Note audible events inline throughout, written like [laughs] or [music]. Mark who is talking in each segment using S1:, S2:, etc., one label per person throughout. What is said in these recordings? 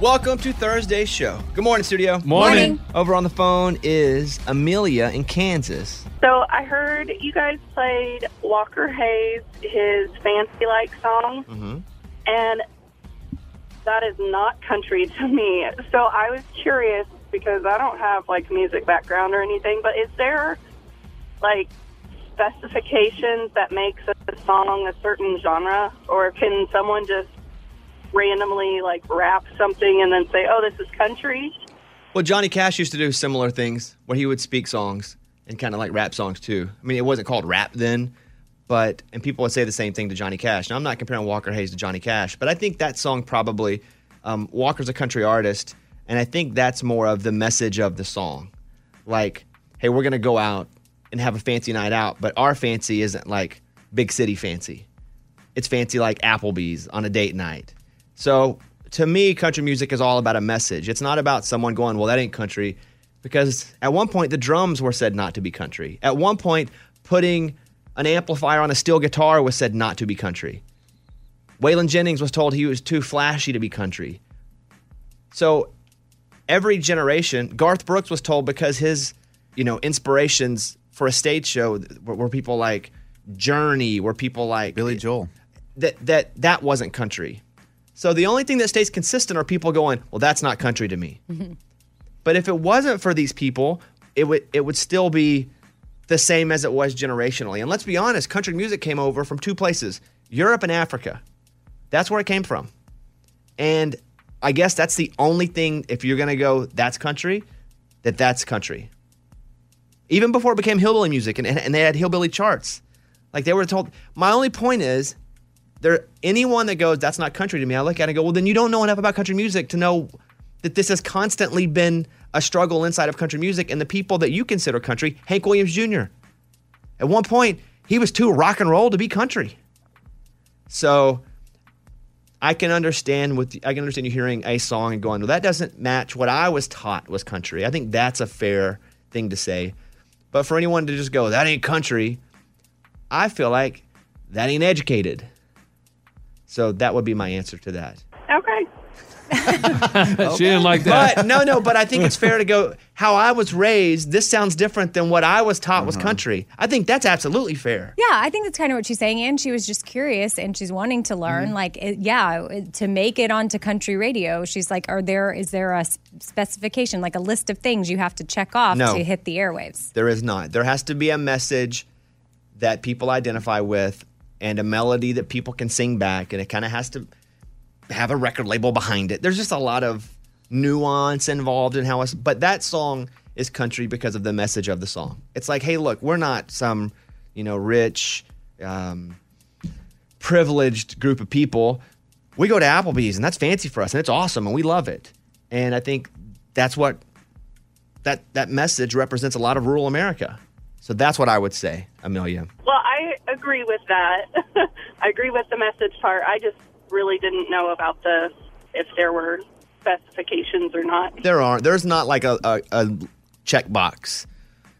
S1: Welcome to Thursday's show. Good morning, studio.
S2: Morning. Morning.
S1: Over on the phone is Amelia in Kansas.
S3: So I heard you guys played Walker Hayes, his Fancy Like song,
S1: Mm-hmm.
S3: and that is not country to me. So I was curious because I don't have like music background or anything, but is there like specifications that makes a song a certain genre or can someone just randomly like rap something and then say, "Oh, this is country?"
S1: Well, Johnny Cash used to do similar things where he would speak songs and kind of like rap songs too. I mean, it wasn't called rap then, but and people would say the same thing to Johnny Cash. Now, I'm not comparing Walker Hayes to Johnny Cash, but I think that song probably um, Walker's a country artist, and I think that's more of the message of the song, like, hey, we're gonna go out and have a fancy night out, but our fancy isn't like big city fancy. It's fancy like Applebee's on a date night. So to me, country music is all about a message. It's not about someone going, well, that ain't country. Because at one point, the drums were said not to be country. At one point, putting an amplifier on a steel guitar was said not to be country. Waylon Jennings was told he was too flashy to be country. So every generation, Garth Brooks was told because his, you know, inspirations for a stage show were, were people like Journey, were people like Billy Joel, that that that wasn't country. So the only thing that stays consistent are people going, well, that's not country to me. But if it wasn't for these people, it would it would still be the same as it was generationally. And let's be honest, country music came over from two places: Europe and Africa. That's where it came from. And I guess that's the only thing if you're going to go that's country, that that's country. Even before it became hillbilly music and, and, and they had hillbilly charts. Like they were told my only point is there anyone that goes that's not country to me, I look at it and go, "Well, then you don't know enough about country music to know that this has constantly been a struggle inside of country music and the people that you consider country, Hank Williams Jr. At one point, he was too rock and roll to be country. So I can understand with I can understand you hearing a song and going, well, that doesn't match what I was taught was country. I think that's a fair thing to say. But for anyone to just go, that ain't country, I feel like that ain't educated. So that would be my answer to that.
S3: Okay.
S1: She didn't like that. But no, no, but I think it's fair to go how I was raised, this sounds different than what I was taught was country. I think that's absolutely fair.
S4: Yeah, I think that's kind of what she's saying. And she was just curious and she's wanting to learn.
S1: Mm-hmm.
S4: Like, it, yeah, it- to make it onto country radio, she's like, are there, is there a s- specification, like a list of things you have to check off
S1: No.
S4: to hit the airwaves?
S1: There is not. There has to be a message that people identify with and a melody that people can sing back, and it kind of has to have a record label behind it. There's just a lot of nuance involved in how us, but that song is country because of the message of the song. It's like, hey, look, we're not some, you know, rich, um, privileged group of people. We go to Applebee's and that's fancy for us and it's awesome and we love it. And I think that's what that that message represents a lot of rural America. So that's what I would say, Amelia.
S3: Well, I agree with that. [laughs] I agree with the message part. I just really didn't know about the if there were specifications or not.
S1: There aren't. There's not like a, a, a checkbox.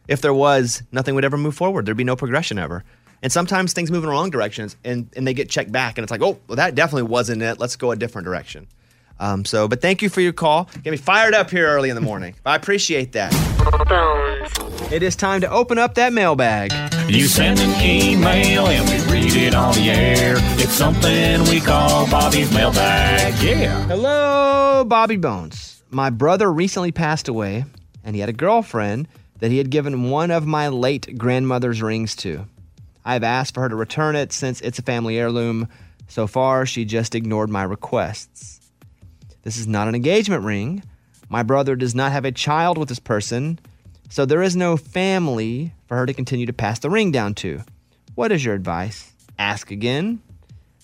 S1: If there was, nothing would ever move forward. There'd be no progression ever. And sometimes things move in wrong directions and, and they get checked back and it's like, oh, well, that definitely wasn't it. Let's go a different direction. Um, so, but thank you for your call. Get me fired up here early in the morning. I appreciate that. It is time to open up that mailbag.
S5: You send an email and we read it on the air. It's something we call Bobby's mailbag. Yeah.
S1: Hello, Bobby Bones. My brother recently passed away, and he had a girlfriend that he had given one of my late grandmother's rings to. I've asked for her to return it since it's a family heirloom. So far, she just ignored my requests. This is not an engagement ring. My brother does not have a child with this person, so there is no family for her to continue to pass the ring down to. What is your advice? Ask again?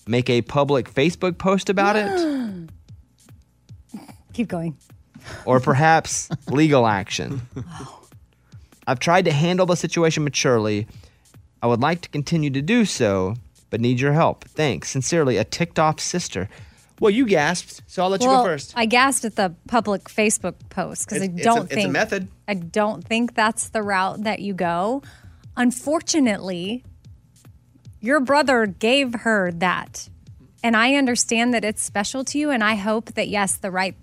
S1: Make a public Facebook post about it?
S4: Keep going.
S1: or perhaps legal action. I've tried to handle the situation maturely. I would like to continue to do so, but need your help. Thanks. Sincerely, a ticked off sister. Well, you gasped, so I'll let you
S4: Well,
S1: go first.
S4: I gasped at the public Facebook post because I
S1: It's- it's a-
S4: don't
S1: it's a
S4: think
S1: method.
S4: I don't think that's the route that you go. Unfortunately, your brother gave her that, and I understand that it's special to you, and I hope that yes, the right.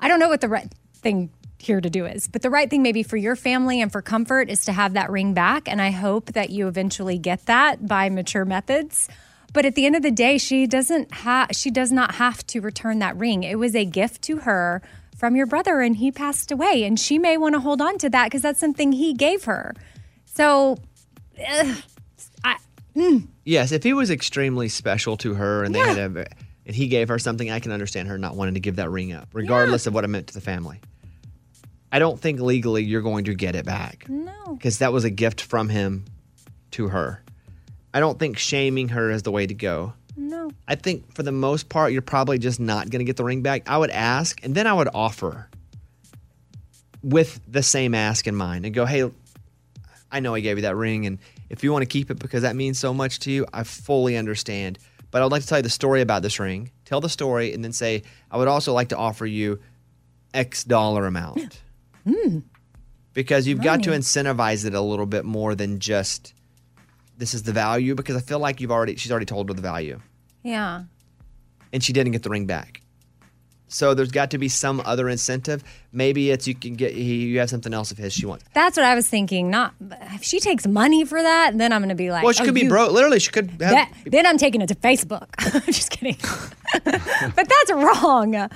S4: I don't know what the right thing here to do is, but the right thing maybe for your family and for comfort is to have that ring back. And I hope that you eventually get that by mature methods. But at the end of the day, she doesn't have she does not have to return that ring. It was a gift to her from your brother and he passed away and she may want to hold on to that because that's something he gave her. So
S1: Yes, if he was extremely special to her and they had a, and he gave her something, I can understand her not wanting to give that ring up, regardless of what it meant to the family. I don't think legally you're going to get it back.
S6: Oh.
S4: No.
S1: Because that was a gift from him to her. I don't think shaming her is the way to go.
S4: no.
S1: I think for the most part, you're probably just not going to get the ring back. I would ask, and then I would offer with the same ask in mind and go, hey, I know I gave you that ring. And if you want to keep it because that means so much to you, I fully understand. But I would like to tell you the story about this ring. Tell the story and then say, I would also like to offer you X dollar amount. Because you've got to incentivize it a little bit more than just this is the value because I feel like you've already she's already told her the value
S4: Yeah.
S1: and she didn't get the ring back. So there's got to be some other incentive. Maybe it's you can get he, you have something else of his she wants.
S4: That's what I was thinking. Not if she takes money for that, then I'm going to be like,
S1: Well, she
S4: oh,
S1: could be
S4: you-
S1: broke. Literally, she could have.
S4: That, then I'm taking it to Facebook. [laughs] I'm just kidding. but that's wrong.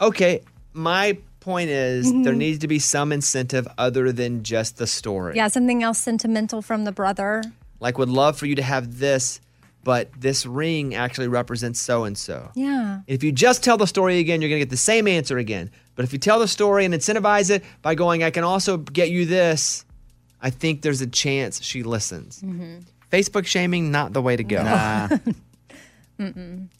S1: okay, my point is there
S4: Mm-hmm.
S1: needs to be some incentive other than just the story.
S4: Yeah, something else sentimental from the brother.
S1: Like, would love for you to have this, but this ring actually represents so and so.
S4: Yeah.
S1: If you just tell the story again, you're going to get the same answer again. But if you tell the story and incentivize it by going, I can also get you this, I think there's a chance she listens. Facebook shaming, not the way to go. [laughs]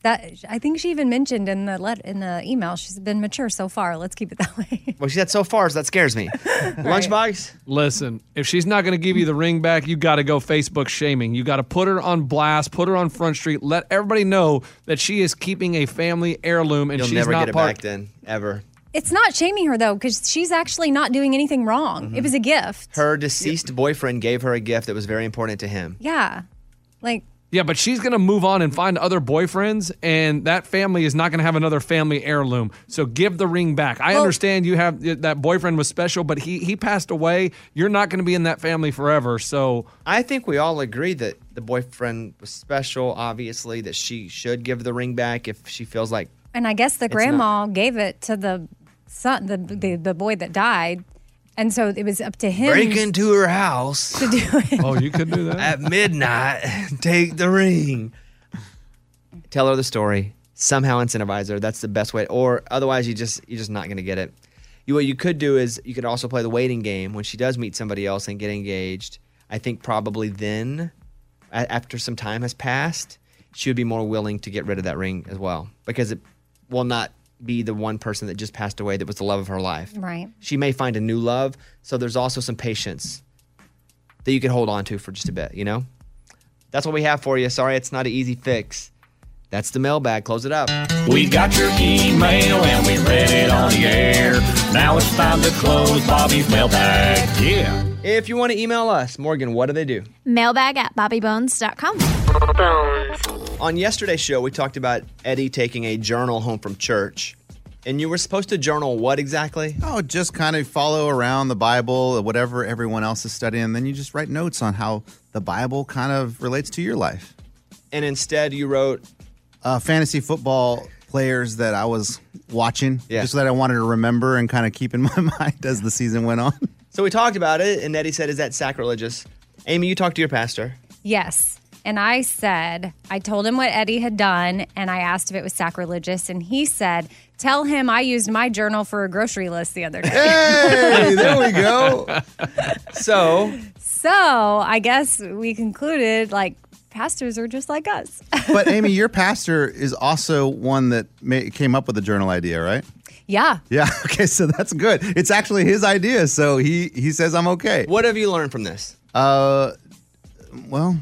S4: That I think she even mentioned in the let in the email. She's been mature so far. Let's keep it that way.
S1: Well, she said so far, so that scares me. Lunchbox?
S2: Listen, if she's not going to give you the ring back, you got to go Facebook shaming. You got to put her on blast, put her on Front Street, let everybody know that she is keeping a family heirloom and
S1: You'll
S2: she's
S1: never
S2: not
S1: get it
S2: part.
S1: back then, ever.
S4: It's not shaming her though, because she's actually not doing anything wrong.
S1: Mm-hmm.
S4: It was a gift.
S1: Her deceased boyfriend gave her a gift that was very important to him.
S4: yeah. Like
S2: Yeah, but she's going to move on and find other boyfriends, and that family is not going to have another family heirloom. So give the ring back. I
S4: Well-
S2: understand you have that boyfriend was special, but he he passed away. You're not going to be in that family forever. So
S1: I think we all agree that the boyfriend was special, obviously, that she should give the ring back if she feels like
S4: And I guess the grandma gave it to the son, the, the the boy that died, and so it was up to him
S1: into her house.
S4: to do it.
S2: oh, you could do that.
S1: at midnight, [laughs] take the ring. Tell her the story. Somehow incentivize her. That's the best way. Or otherwise, you just you're just not gonna get it. You, what you could do is you could also play the waiting game when she does meet somebody else and get engaged. I think probably then, a- after some time has passed, she would be more willing to get rid of that ring as well because it will not be the one person that just passed away that was the love of her life.
S4: Right.
S1: She may find a new love. So there's also some patience that you can hold on to for just a bit, you know? That's what we have for you. Sorry, it's not an easy fix. That's the mailbag. Close it up.
S5: We got your email and we read it on the air. Now it's time to close Bobby's mailbag. Yeah.
S1: If you want to email us, Morgan, what do they do?
S7: Mailbag at bobbybones.com.
S1: On yesterday's show, we talked about Eddie taking a journal home from church. And you were supposed to journal what exactly?
S8: Oh, just kind of follow around the Bible, whatever everyone else is studying, and then you just write notes on how the Bible kind of relates to your life.
S1: And instead, you wrote,
S8: Uh, fantasy football players that I was watching,
S1: Yeah.
S8: just that I wanted to remember and kind of keep in [laughs] my mind as the season went on.
S1: so we talked about it, and Eddie said, Is that sacrilegious? Amy, you talked to your pastor.
S4: Yes. And I said, I told him what Eddie had done, and I asked if it was sacrilegious, and he said, "Tell him I used my journal for a grocery list the other day."
S8: Hey, there we
S6: [laughs]
S8: go.
S1: So
S4: [laughs] so I guess we concluded like pastors are just like us. [laughs]
S8: But Amy, your pastor is also one that ma- came up with the journal idea, right?
S4: yeah.
S8: Yeah. [laughs] Okay. So that's good. It's actually his idea, so he he says I'm okay.
S1: What have you learned from this?
S8: Uh, well,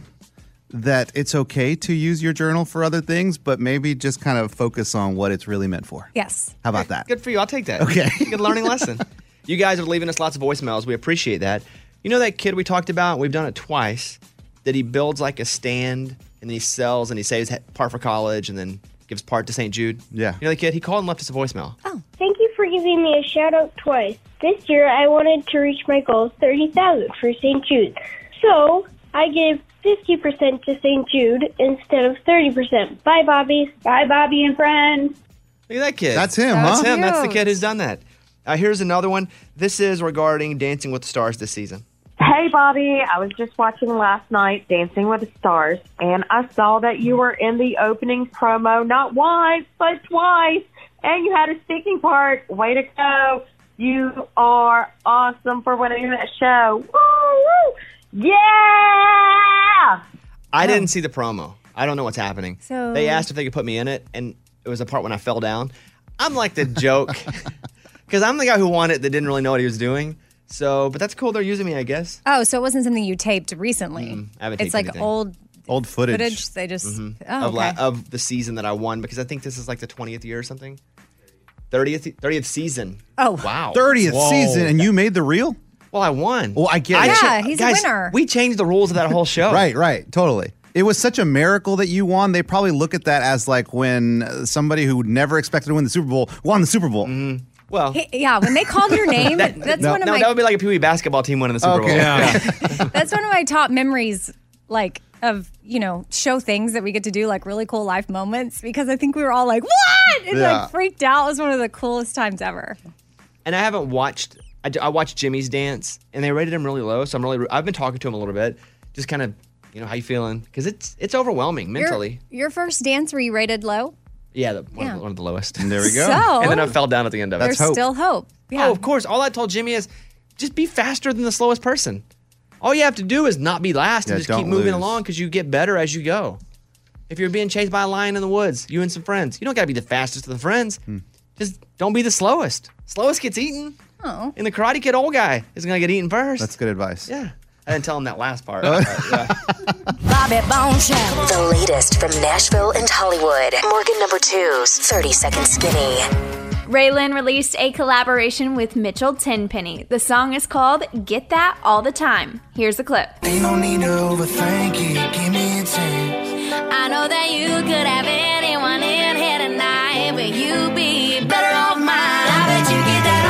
S8: that it's okay to use your journal for other things, but maybe just kind of focus on what it's really meant for.
S4: Yes.
S8: How about that?
S1: Good for you. I'll take that.
S8: Okay.
S1: Good learning lesson. [laughs] You guys are leaving us lots of voicemails. We appreciate that. You know that kid we talked about? We've done it twice. That he builds like a stand and he sells and he saves part for college and then gives part to St. Jude.
S8: Yeah.
S1: You know the kid? He called and left us a voicemail.
S9: Thank you for giving me a shout out twice. This year I wanted to reach my goal 30,000 for St. Jude. So I gave 50% to St. Jude instead of 30%. Bye, Bobby.
S10: Bye, Bobby and friends.
S1: Look at that kid.
S8: That's him,
S1: That's
S8: huh?
S1: him. That's the
S4: Cute.
S1: kid who's done that. Uh, here's another one. This is regarding Dancing with the Stars this season.
S10: Hey, Bobby. I was just watching last night Dancing with the Stars, and I saw that you were in the opening promo not once, but twice, and you had a sticking part. Way to go. You are awesome for winning that show. Woo, woo. Yeah!
S1: I didn't see the promo. I don't know what's happening.
S4: So-
S1: they asked if they could put me in it, and it was a part when I fell down. I'm like the joke [laughs] because I'm the guy who won it that didn't really know what he was doing. So, but that's cool. They're using me, I guess.
S4: Oh, so it wasn't something you taped recently.
S1: I haven't
S4: it's
S1: taped
S4: like
S1: anything.
S4: old
S8: Old footage.
S4: footage. They just oh,
S1: Mm-hmm. of, la-
S4: okay.
S1: of the season that I won because I think this is like the 20th year or something. 30th 30th season.
S4: Oh.
S1: wow.
S8: 30th
S2: Whoa.
S8: season, and you made the reel?
S1: Well, I won.
S8: Well, I get it.
S4: Yeah, he's a
S1: guys,
S4: winner.
S1: We changed the rules of that whole show.
S8: [laughs] Right, right, totally. It was such a miracle that you won. They probably look at that as like when uh, somebody who never expected to win the Super Bowl won the Super Bowl.
S1: Mm-hmm. Well,
S4: He- yeah, when they called
S1: [laughs]
S4: your name, that's
S1: no,
S4: one of
S1: no,
S4: my
S1: that would be like a Pee Wee basketball team winning the Super
S8: Okay.
S1: Bowl.
S2: Yeah.
S4: that's one of my top memories, like of you know show things that we get to do, like really cool life moments. Because I think we were all like, "What?" and
S8: Yeah.
S4: like freaked out. It was one of the coolest times ever.
S1: And I haven't watched. I, d- I watched Jimmy's dance, and they rated him really low. So I'm really. I've been talking to him a little bit, just kind of, you know, how you feeling? Because it's it's overwhelming
S4: Your-
S1: mentally.
S4: Your, first dance were you rated low?
S1: yeah, the, one, of
S4: Yeah.
S1: the- one of the lowest.
S8: There we go.
S4: So
S1: and then I fell down at the end of it.
S4: there's still hope. Yeah.
S1: Oh, of course. All I told Jimmy is just be faster than the slowest person. All you have to do is not be last
S8: Yeah,
S1: and just keep
S8: don't
S1: moving
S8: lose.
S1: along because you get better as you go. If you're being chased by a lion in the woods, you and some friends, you don't got to be the fastest of the friends.
S8: Hmm.
S1: Just don't be the slowest. Slowest gets eaten.
S4: Oh.
S1: And the Karate Kid old guy is going to get eaten first.
S8: That's good advice.
S1: Yeah. I didn't tell him that last
S8: [laughs]
S1: part. but, yeah.
S11: Bobby Bones Show.
S6: The latest from Nashville and Hollywood. Morgan number two's 30 Second Skinny.
S7: Raylan released a collaboration with Mitchell Tenpenny. The song is called Get That All the Time. Here's a clip.
S5: Ain't no need to overthink it. Give me a chance.
S6: I know that you could have anyone in here tonight, but you'd be better off mine. I bet you get that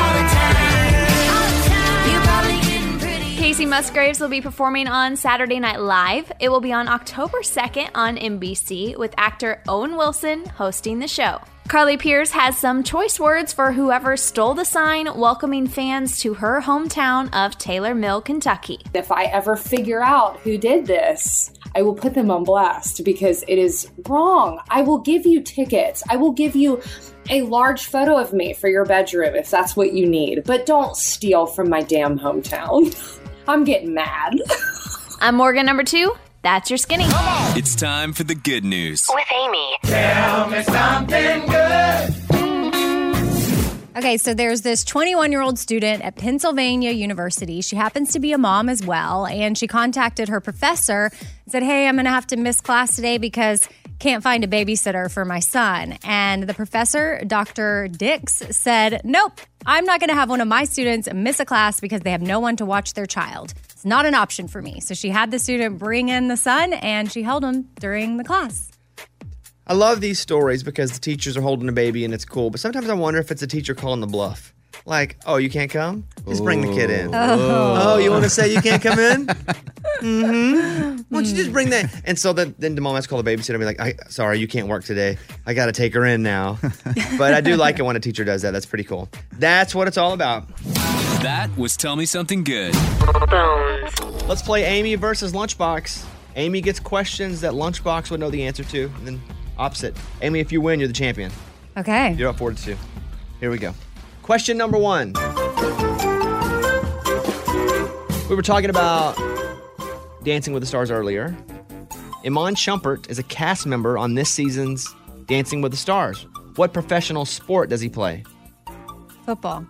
S6: all the time. All the time. You probably getting pretty.
S7: Casey Musgraves will be performing on Saturday Night Live. It will be on October 2nd on NBC with actor Owen Wilson hosting the show. Carly Pierce has some choice words for whoever stole the sign welcoming fans to her hometown of Taylor Mill, Kentucky.
S10: If I ever figure out who did this, I will put them on blast because it is wrong. I will give you tickets. I will give you a large photo of me for your bedroom if that's what you need. But don't steal from my damn hometown. I'm getting mad.
S7: I'm Morgan number two. That's your skinny.
S5: It's time for the good news.
S6: With Amy.
S4: Okay, so there's this 21 year old student at Pennsylvania University. She happens to be a mom as well, and she contacted her professor and said, Hey, I'm gonna have to miss class today because can't find a babysitter for my son. And the professor, Dr. Dix, said, Nope, I'm not gonna have one of my students miss a class because they have no one to watch their child. It's not an option for me. So she had the student bring in the son and she held him during the class.
S1: I love these stories because the teachers are holding a baby and it's cool, but sometimes I wonder if it's a teacher calling the bluff. Like, oh, you can't come? Just bring the kid in. Oh, you want to say you can't come
S6: [laughs]
S1: [laughs] in? mm-hmm. Why don't you just bring that? And so then, then the mom has to call the babysitter and be like, I, sorry, you can't work today. I got to take her in now. but I do like it when a teacher does that. That's pretty cool. That's what it's all about.
S5: That was Tell Me Something Good.
S6: Bones.
S1: Let's play Amy versus Lunchbox. Amy gets questions that Lunchbox would know the answer to, and then opposite. Amy, if you win, you're the champion.
S4: Okay.
S1: You're up four to two. Here we go. Question number one. We were talking about Dancing with the Stars earlier. Iman Shumpert is a cast member on this season's Dancing with the Stars. What professional sport does he play?
S4: Football.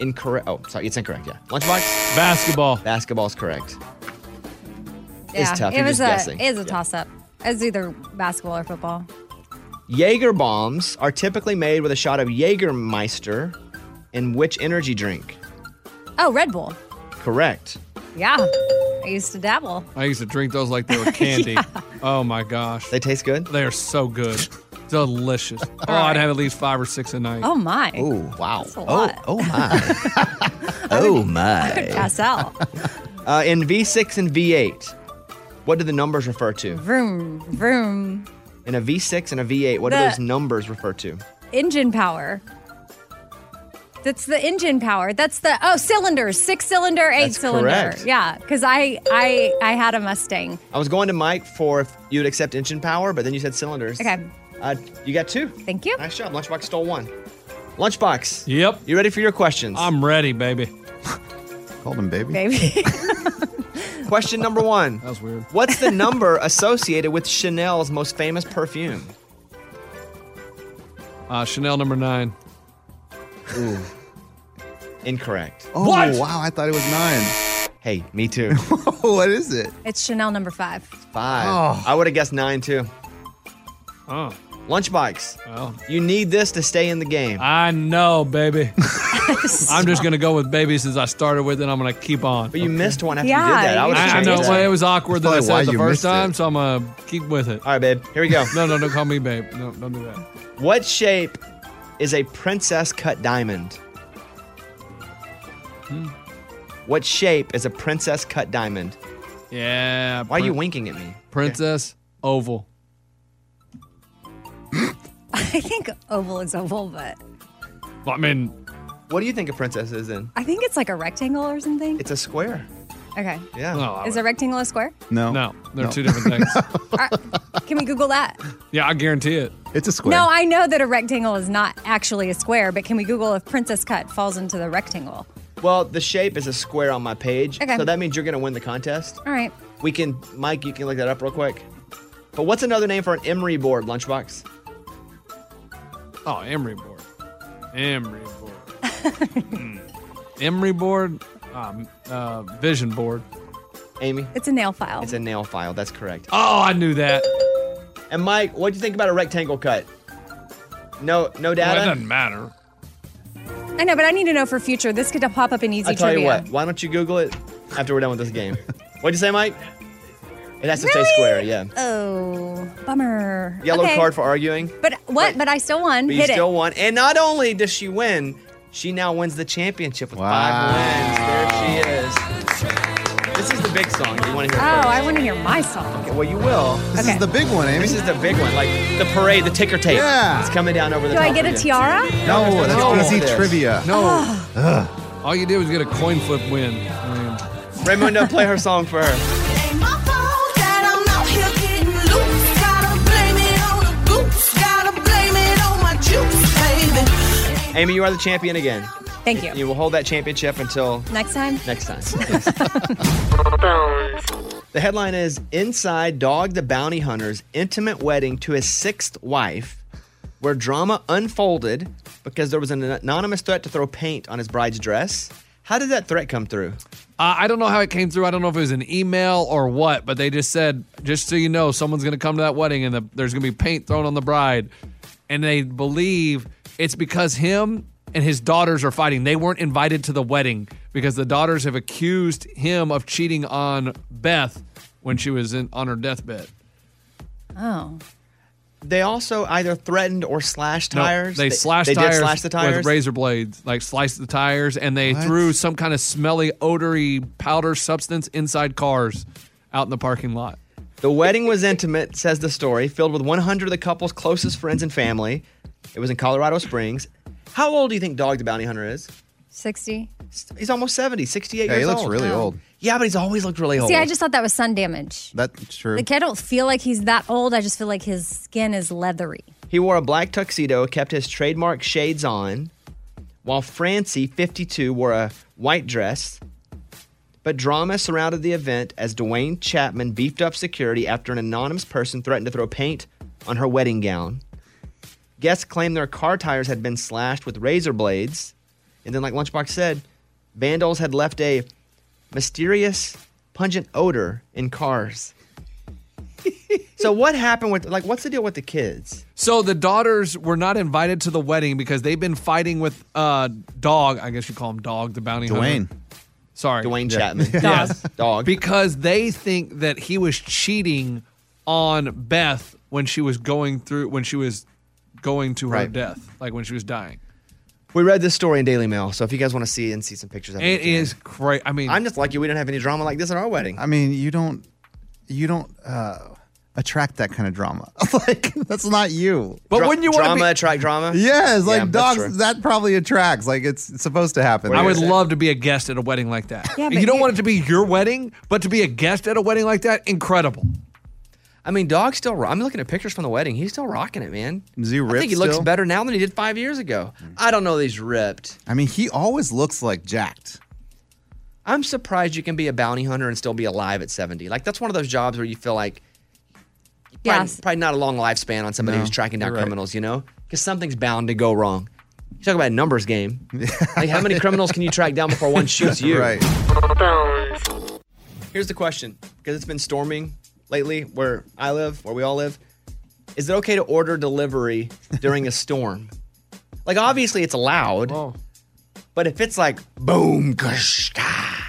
S1: Incorrect. Oh, sorry, it's incorrect. Yeah, lunchbox.
S2: Basketball.
S1: Basketball's correct.
S4: Yeah,
S1: tough.
S4: It
S1: You're
S4: was
S1: just
S4: a
S1: guessing.
S4: it was a
S1: Yeah.
S4: toss up. It was either basketball or football.
S1: Jaeger bombs are typically made with a shot of Jaegermeister in which energy drink?
S4: Oh, Red Bull.
S1: Correct.
S4: Yeah, I used to dabble. [laughs]
S2: I used to drink those like they were candy. Oh my gosh.
S1: They taste good.
S2: They are so good.
S4: [laughs]
S2: delicious. oh, I'd have at least five or six a night.
S4: Oh, my.
S1: Oh, wow.
S4: That's a lot.
S1: Oh, my. oh, my.
S4: Pass out.
S1: [laughs] Uh, in V6 and V8, what do the numbers refer to?
S4: Vroom, vroom.
S1: In a V6 and a V8, what do
S4: The-
S1: those numbers refer to?
S4: Engine power. That's the engine power. That's the oh cylinders, six cylinder, eight
S1: That's
S4: cylinder.
S1: correct.
S4: Yeah, because I I I had a Mustang.
S1: I was going to Mike for if you would accept engine power, but then you said cylinders.
S4: Okay.
S1: Uh, you got two.
S4: Thank you.
S1: Nice job. Lunchbox stole one.
S2: [laughs]
S1: Lunchbox.
S2: Yep.
S1: You ready for your questions?
S2: I'm ready, baby.
S8: Called him baby.
S4: Baby.
S1: [laughs] Question number one.
S2: That was weird.
S1: What's the number associated with Chanel's most famous perfume?
S2: Uh, Chanel number nine.
S1: Ooh. Incorrect.
S8: Oh,
S2: What?
S8: wow. I thought it was nine.
S1: Hey,
S2: [laughs]
S1: me too.
S8: what is it?
S4: It's Chanel number five. [laughs]
S1: Five. I would have guessed nine too.
S2: Oh,
S1: Lunchbox.
S2: well.
S1: You need this to stay in the game.
S2: I know, baby. I'm just going to go with baby since I started with it. I'm going to keep on.
S1: but you missed one after you
S4: Yeah,
S1: did that. I
S4: you
S1: would
S2: I, I
S1: have
S2: know.
S1: changed
S2: Well,
S1: that.
S2: it was awkward that I
S8: That's probably
S2: said it
S8: why you
S2: the first
S8: missed it.
S2: time, so I'm going to keep with it.
S1: All right, babe. Here we go.
S2: [laughs] No, no, don't call me babe. No, don't do that.
S1: What shape is a princess cut diamond?
S2: Hmm.
S1: What shape is a princess cut diamond?
S2: Yeah.
S1: Why are you
S2: prin-
S1: winking at me?
S2: Princess Oval.
S4: I think oval is oval, but
S2: Well, I mean,
S1: What do you think a princess is in?
S4: I think it's like a rectangle or something.
S1: It's a square.
S4: okay.
S1: Yeah.
S2: no. I
S4: Is a
S2: would-
S4: rectangle a square?
S8: No.
S2: No, they're two
S1: [laughs]
S2: different things.
S4: Are- Can we Google that?
S2: Yeah, I guarantee it.
S8: It's a square.
S4: No, I know that a rectangle is not actually a square, but can we Google if Princess Cut falls into the rectangle?
S1: Well, the shape is a square on my page.
S4: Okay.
S1: So that means you're going to win the contest.
S4: All right.
S1: We can, Mike, you can look that up real quick. But what's another name for an emery board, Lunchbox?
S2: Oh, emery board. Emery board. Hmm. emery board. Um, uh, vision board.
S1: Amy?
S4: It's a nail file.
S1: It's a nail file. That's correct.
S2: Oh, I knew that.
S1: And Mike, what do you think about a rectangle cut? No, no
S2: Well, it
S1: data.
S2: doesn't matter.
S4: I know, but I need to know for future. This could pop up in easy
S1: I tell
S4: trivia.
S1: you what. Why don't you Google it after we're done with
S2: [laughs]
S1: this game? What'd you say, Mike? It has to
S4: Really?
S1: stay square. Yeah.
S4: Oh, bummer.
S1: Yellow
S4: Okay.
S1: card for arguing.
S4: But what? But I still won.
S1: But you
S4: Hit
S1: still
S4: it.
S1: won. And not only does she win, she now wins the championship with
S8: Wow.
S1: five wins. There she is. This is the big song. You want to hear
S4: Oh,
S1: it first?
S4: I want to hear my song.
S1: Okay, well, you will.
S8: This
S4: Okay.
S8: is the big one, Amy.
S1: This is the big one, like the parade, the ticker tape.
S8: Yeah.
S1: It's coming down over the
S4: Do
S1: top
S4: I get
S1: of
S4: a
S1: you.
S4: tiara?
S8: no, that's
S1: No.
S8: easy
S1: This.
S8: trivia.
S2: No.
S4: Ah.
S2: All you did was get a coin flip win. I mean,
S1: Raymundo, play her song for her.
S6: Ain't my fault that I'm out here getting loose. Gotta blame it on the boots. Gotta blame it on my juice, baby.
S1: Amy, you are the champion again.
S4: Thank you.
S1: You will hold that championship until
S4: Next time.
S1: next time. the headline is Inside Dog the Bounty Hunter's Intimate Wedding to His Sixth Wife, where drama unfolded because there was an anonymous threat to throw paint on his bride's dress. How did that threat come through?
S2: Uh, I don't know how it came through. I don't know if it was an email or what, but they just said, just so you know, someone's going to come to that wedding and the, there's going to be paint thrown on the bride. And they believe it's because him and his daughters are fighting. They weren't invited to the wedding because the daughters have accused him of cheating on Beth when she was in, on her deathbed.
S4: Oh.
S1: They also either threatened or slashed
S2: No,
S1: tires.
S2: they slashed
S1: they
S2: tires,
S1: did slash the tires.
S2: with razor blades, like sliced the tires, and they
S8: What?
S2: threw some kind of smelly, odory powder substance inside cars out in the parking lot.
S1: The wedding was intimate, says the story, filled with 100 of the couple's closest friends and family. It was in Colorado Springs. How old do you think Dog the Bounty Hunter is?
S4: 60.
S1: He's almost 70, 68
S8: Yeah,
S1: years
S8: he looks
S1: old.
S8: really old.
S1: Yeah, but he's always looked really old.
S4: See, I just thought that was sun damage.
S8: That's true.
S4: Like, I don't feel like he's that old. I just feel like his skin is leathery.
S1: He wore a black tuxedo, kept his trademark shades on, while Francie, 52, wore a white dress. But drama surrounded the event as Dwayne Chapman beefed up security after an anonymous person threatened to throw paint on her wedding gown. Guests claimed their car tires had been slashed with razor blades. And then, like Lunchbox said, vandals had left a mysterious, pungent odor in cars. [laughs] so, what happened with, like, what's the deal with the kids?
S2: So the daughters were not invited to the wedding because they've been fighting with uh dog. I guess you call him dog, the bounty
S8: Dwayne.
S2: hunter. Sorry,
S1: Dwayne Chapman.
S2: Yes,
S1: Dog.
S2: because they think that he was cheating on Beth when she was going through when she was going to her
S1: Right.
S2: death, like when she was dying.
S1: We read this story in Daily Mail, so if you guys want to see it and see some pictures, of it,
S2: It is crazy. I mean,
S1: I'm just like you. We didn't have any drama like this at our wedding.
S8: I mean, you don't, you don't uh, attract that kind of drama. [laughs] like that's not you.
S1: But Dra- wouldn't you wanna drama be- attract drama?
S8: Yes, like
S1: Yeah, that's true.
S8: dogs. That probably attracts. Like it's, it's supposed to happen.
S2: I would love to be a guest at a wedding like that.
S8: Yeah,
S2: And
S8: but
S2: you don't
S8: you-
S2: want it to be your wedding, but to be a guest at a wedding like that, incredible.
S1: I mean, dog's still. Ro- I'm looking at pictures from the wedding. He's still rocking it, man.
S8: Is he
S1: I
S8: ripped
S1: think he looks
S8: still? Mm.
S1: better now than he did five years ago. I don't know that he's ripped.
S8: I mean, he always looks like jacked.
S1: I'm surprised you can be a bounty hunter and still be alive at 70. Like that's one of those jobs where you feel like probably, probably not a long lifespan on somebody
S8: No,
S1: who's tracking down
S8: you're right.
S1: criminals, you know? Because something's bound to go wrong. You talk about a
S8: [laughs]
S1: numbers game. like how many criminals can you track down before one shoots you?
S8: Right.
S1: Here's the question, because it's been storming lately where I live, where we all live. Is it okay to order delivery during a storm? [laughs] Like obviously it's allowed. But if it's like boom, kashka,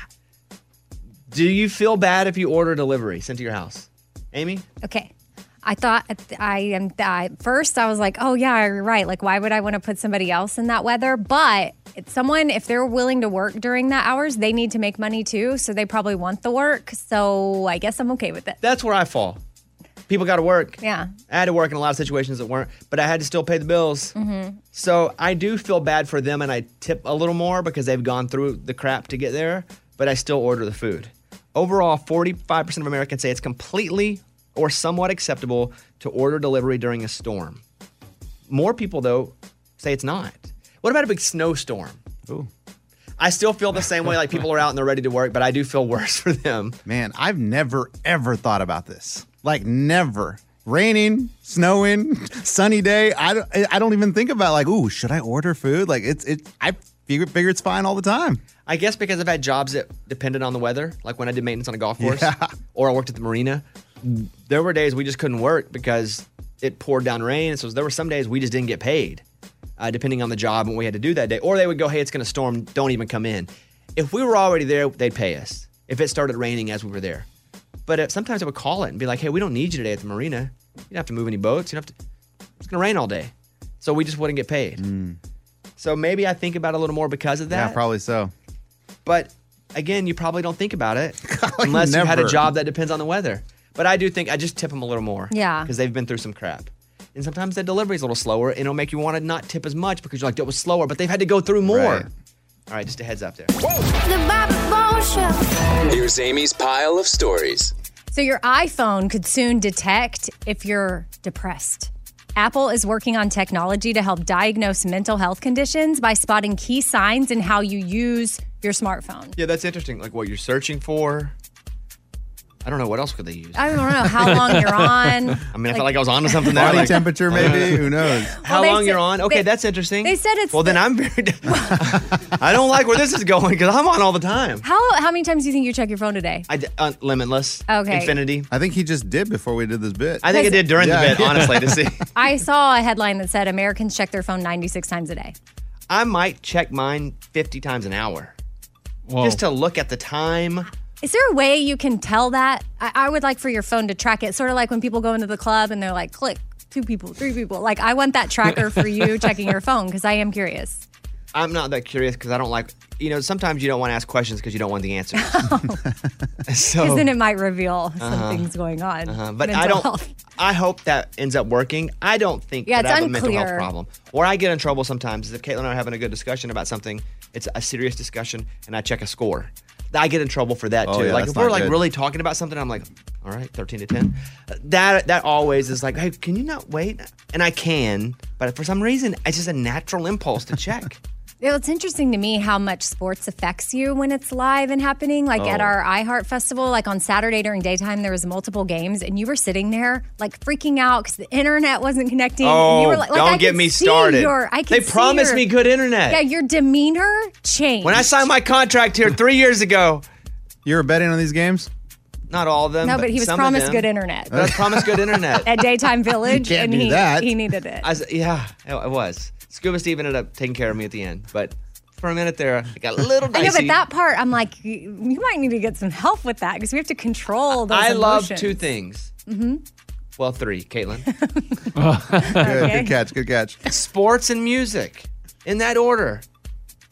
S1: do you feel bad if you order delivery sent to your house? Amy?
S4: Okay. I thought I am. I, first, I was like, "Oh yeah, you're right. Like, why would I want to put somebody else in that weather?" But it's someone, if they're willing to work during that hours, they need to make money too, so they probably want the work. So I guess I'm okay with it.
S1: That's where I fall. People got to work.
S4: Yeah.
S1: I had to work in a lot of situations that weren't, but I had to still pay the bills.
S4: Mm-hmm.
S1: So I do feel bad for them and I tip a little more because they've gone through the crap to get there, but I still order the food. Overall, 45% of Americans say it's completely or somewhat acceptable to order delivery during a storm. More people, though, say it's not. What about a big snowstorm?
S8: Ooh.
S1: I still feel the same way. Like people are out and they're ready to work, but I do feel worse [laughs] for them.
S8: Man, I've never ever thought about this. Like never. Raining, snowing, [laughs] sunny day. I don't, I don't even think about like, ooh, should I order food? Like it's it. I figure figure it's fine all the time.
S1: I guess because I've had jobs that depended on the weather, like when I did maintenance on a golf course
S8: Yeah.
S1: or I worked at the marina. There were days we just couldn't work because it poured down rain. So there were some days we just didn't get paid, uh, depending on the job and what we had to do that day. Or they would go, hey, it's going to storm. Don't even come in. If we were already there, they'd pay us if it started raining as we were there. But uh, sometimes I would call it and be like, hey, we don't need you today at the marina. You don't have to move any boats. You don't have to. It's going to rain all day. So we just wouldn't get paid. So maybe I think about it a little more because of that.
S8: Mm. Yeah, probably so.
S1: But again, you probably don't think about it unless you had a
S8: never.
S1: job that depends on the weather. But I do think I just tip them a little more.
S4: Yeah.
S1: Because they've been through some crap. And sometimes that delivery's a little slower and it'll make you want to not tip as much because you're like, that was slower, but they've had to go through more. All right, just a heads up there.
S6: The Bobby Bones Show.
S12: Here's Amy's pile of stories.
S4: So your iPhone could soon detect if you're depressed. Apple is working on technology to help diagnose mental health conditions by spotting key signs in how you use your smartphone.
S1: Yeah, that's interesting. Like what you're searching for. I don't know. What else could they use?
S4: I don't know how long
S1: [laughs]
S4: you're on.
S1: I mean, I
S4: Like-
S1: felt like I
S4: [laughs]
S1: was onto something there.
S8: Body
S1: like- uh,
S8: temperature, maybe. Who knows?
S4: Well,
S1: How
S4: they
S1: long
S4: said-
S1: you're on? Okay,
S4: they-
S1: that's interesting.
S4: they said it's
S1: Well, then I'm very. I don't like where this is going because I'm on all the time.
S4: How how many times do you think you check your phone today?
S1: I d- uh, limitless.
S4: Okay.
S1: Infinity.
S8: I think he just did before we did this bit. Oh,
S1: I think I did during the bit,
S8: [laughs]
S1: honestly, to see.
S4: I saw a headline that said Americans check their phone 96 times a day.
S1: I might check mine 50 times an hour just to look at the time.
S4: Is there a way you can tell that? I, I would like for your phone to track it, sort of like when people go into the club and they're like, click, two people, three people. Like, I want that tracker for
S1: [laughs]
S4: you checking your phone because I am curious.
S1: I'm not that curious because I don't like, you know, sometimes you don't want to ask questions because you don't want
S4: [laughs]
S1: the answer.
S4: Because
S1: [laughs] so,
S4: then it might reveal
S1: Uh-huh.
S4: something's going on.
S1: uh-huh. but
S4: Mental
S1: I don't,
S4: health.
S1: I hope that ends up working. I don't think
S4: Yeah,
S1: that
S4: it's
S1: I have a mental
S4: unclear.
S1: health problem. Where I get in trouble sometimes is if Caitlin and I are having a good discussion about something, it's a serious discussion, and I check a score. I get in trouble for that
S8: Oh,
S1: too.
S8: yeah,
S1: like
S8: that's
S1: if we're
S8: not
S1: like
S8: good.
S1: really talking about something, I'm like, all right, 13 to 10. That that always is like, hey, can you not wait? And I can, but for some reason, it's just a natural impulse
S4: [laughs]
S1: to check.
S4: Well, it's interesting to me how much sports affects you when it's live and happening. Like at
S1: Oh.
S4: our iHeart Festival, like on Saturday during daytime, there was multiple games, and you were sitting there like freaking out because the internet wasn't connecting. and you were like, like,
S1: Oh, don't
S4: I
S1: get
S4: could
S1: me
S4: see
S1: started.
S4: Your, I
S1: they
S4: could see
S1: promised
S4: your-
S1: me good internet.
S4: Yeah, your demeanor changed.
S1: when I signed my contract here three years ago,
S8: you were betting on these games.
S1: Not all of them.
S4: no, but he was
S1: some of
S4: promised
S1: them.
S4: good internet
S1: I was promised good internet.
S4: [laughs] at
S1: [laughs]
S4: Daytime Village,
S1: You
S4: and
S1: can't do
S4: he
S1: that.
S4: he needed it.
S1: I was, yeah, it it was. Scuba Steve ended up taking care of me at the end, but for a minute there, I got [laughs] a little
S4: I
S1: dicey.
S4: know, but that part, I'm like, you, you might need to get some help with that because we have to control those
S1: I love
S4: emotions.
S1: two things:
S4: Mhm.
S1: Well,
S4: [laughs]
S1: three, Caitlin.
S8: Good, good catch. Good catch.
S1: Sports and music in that order.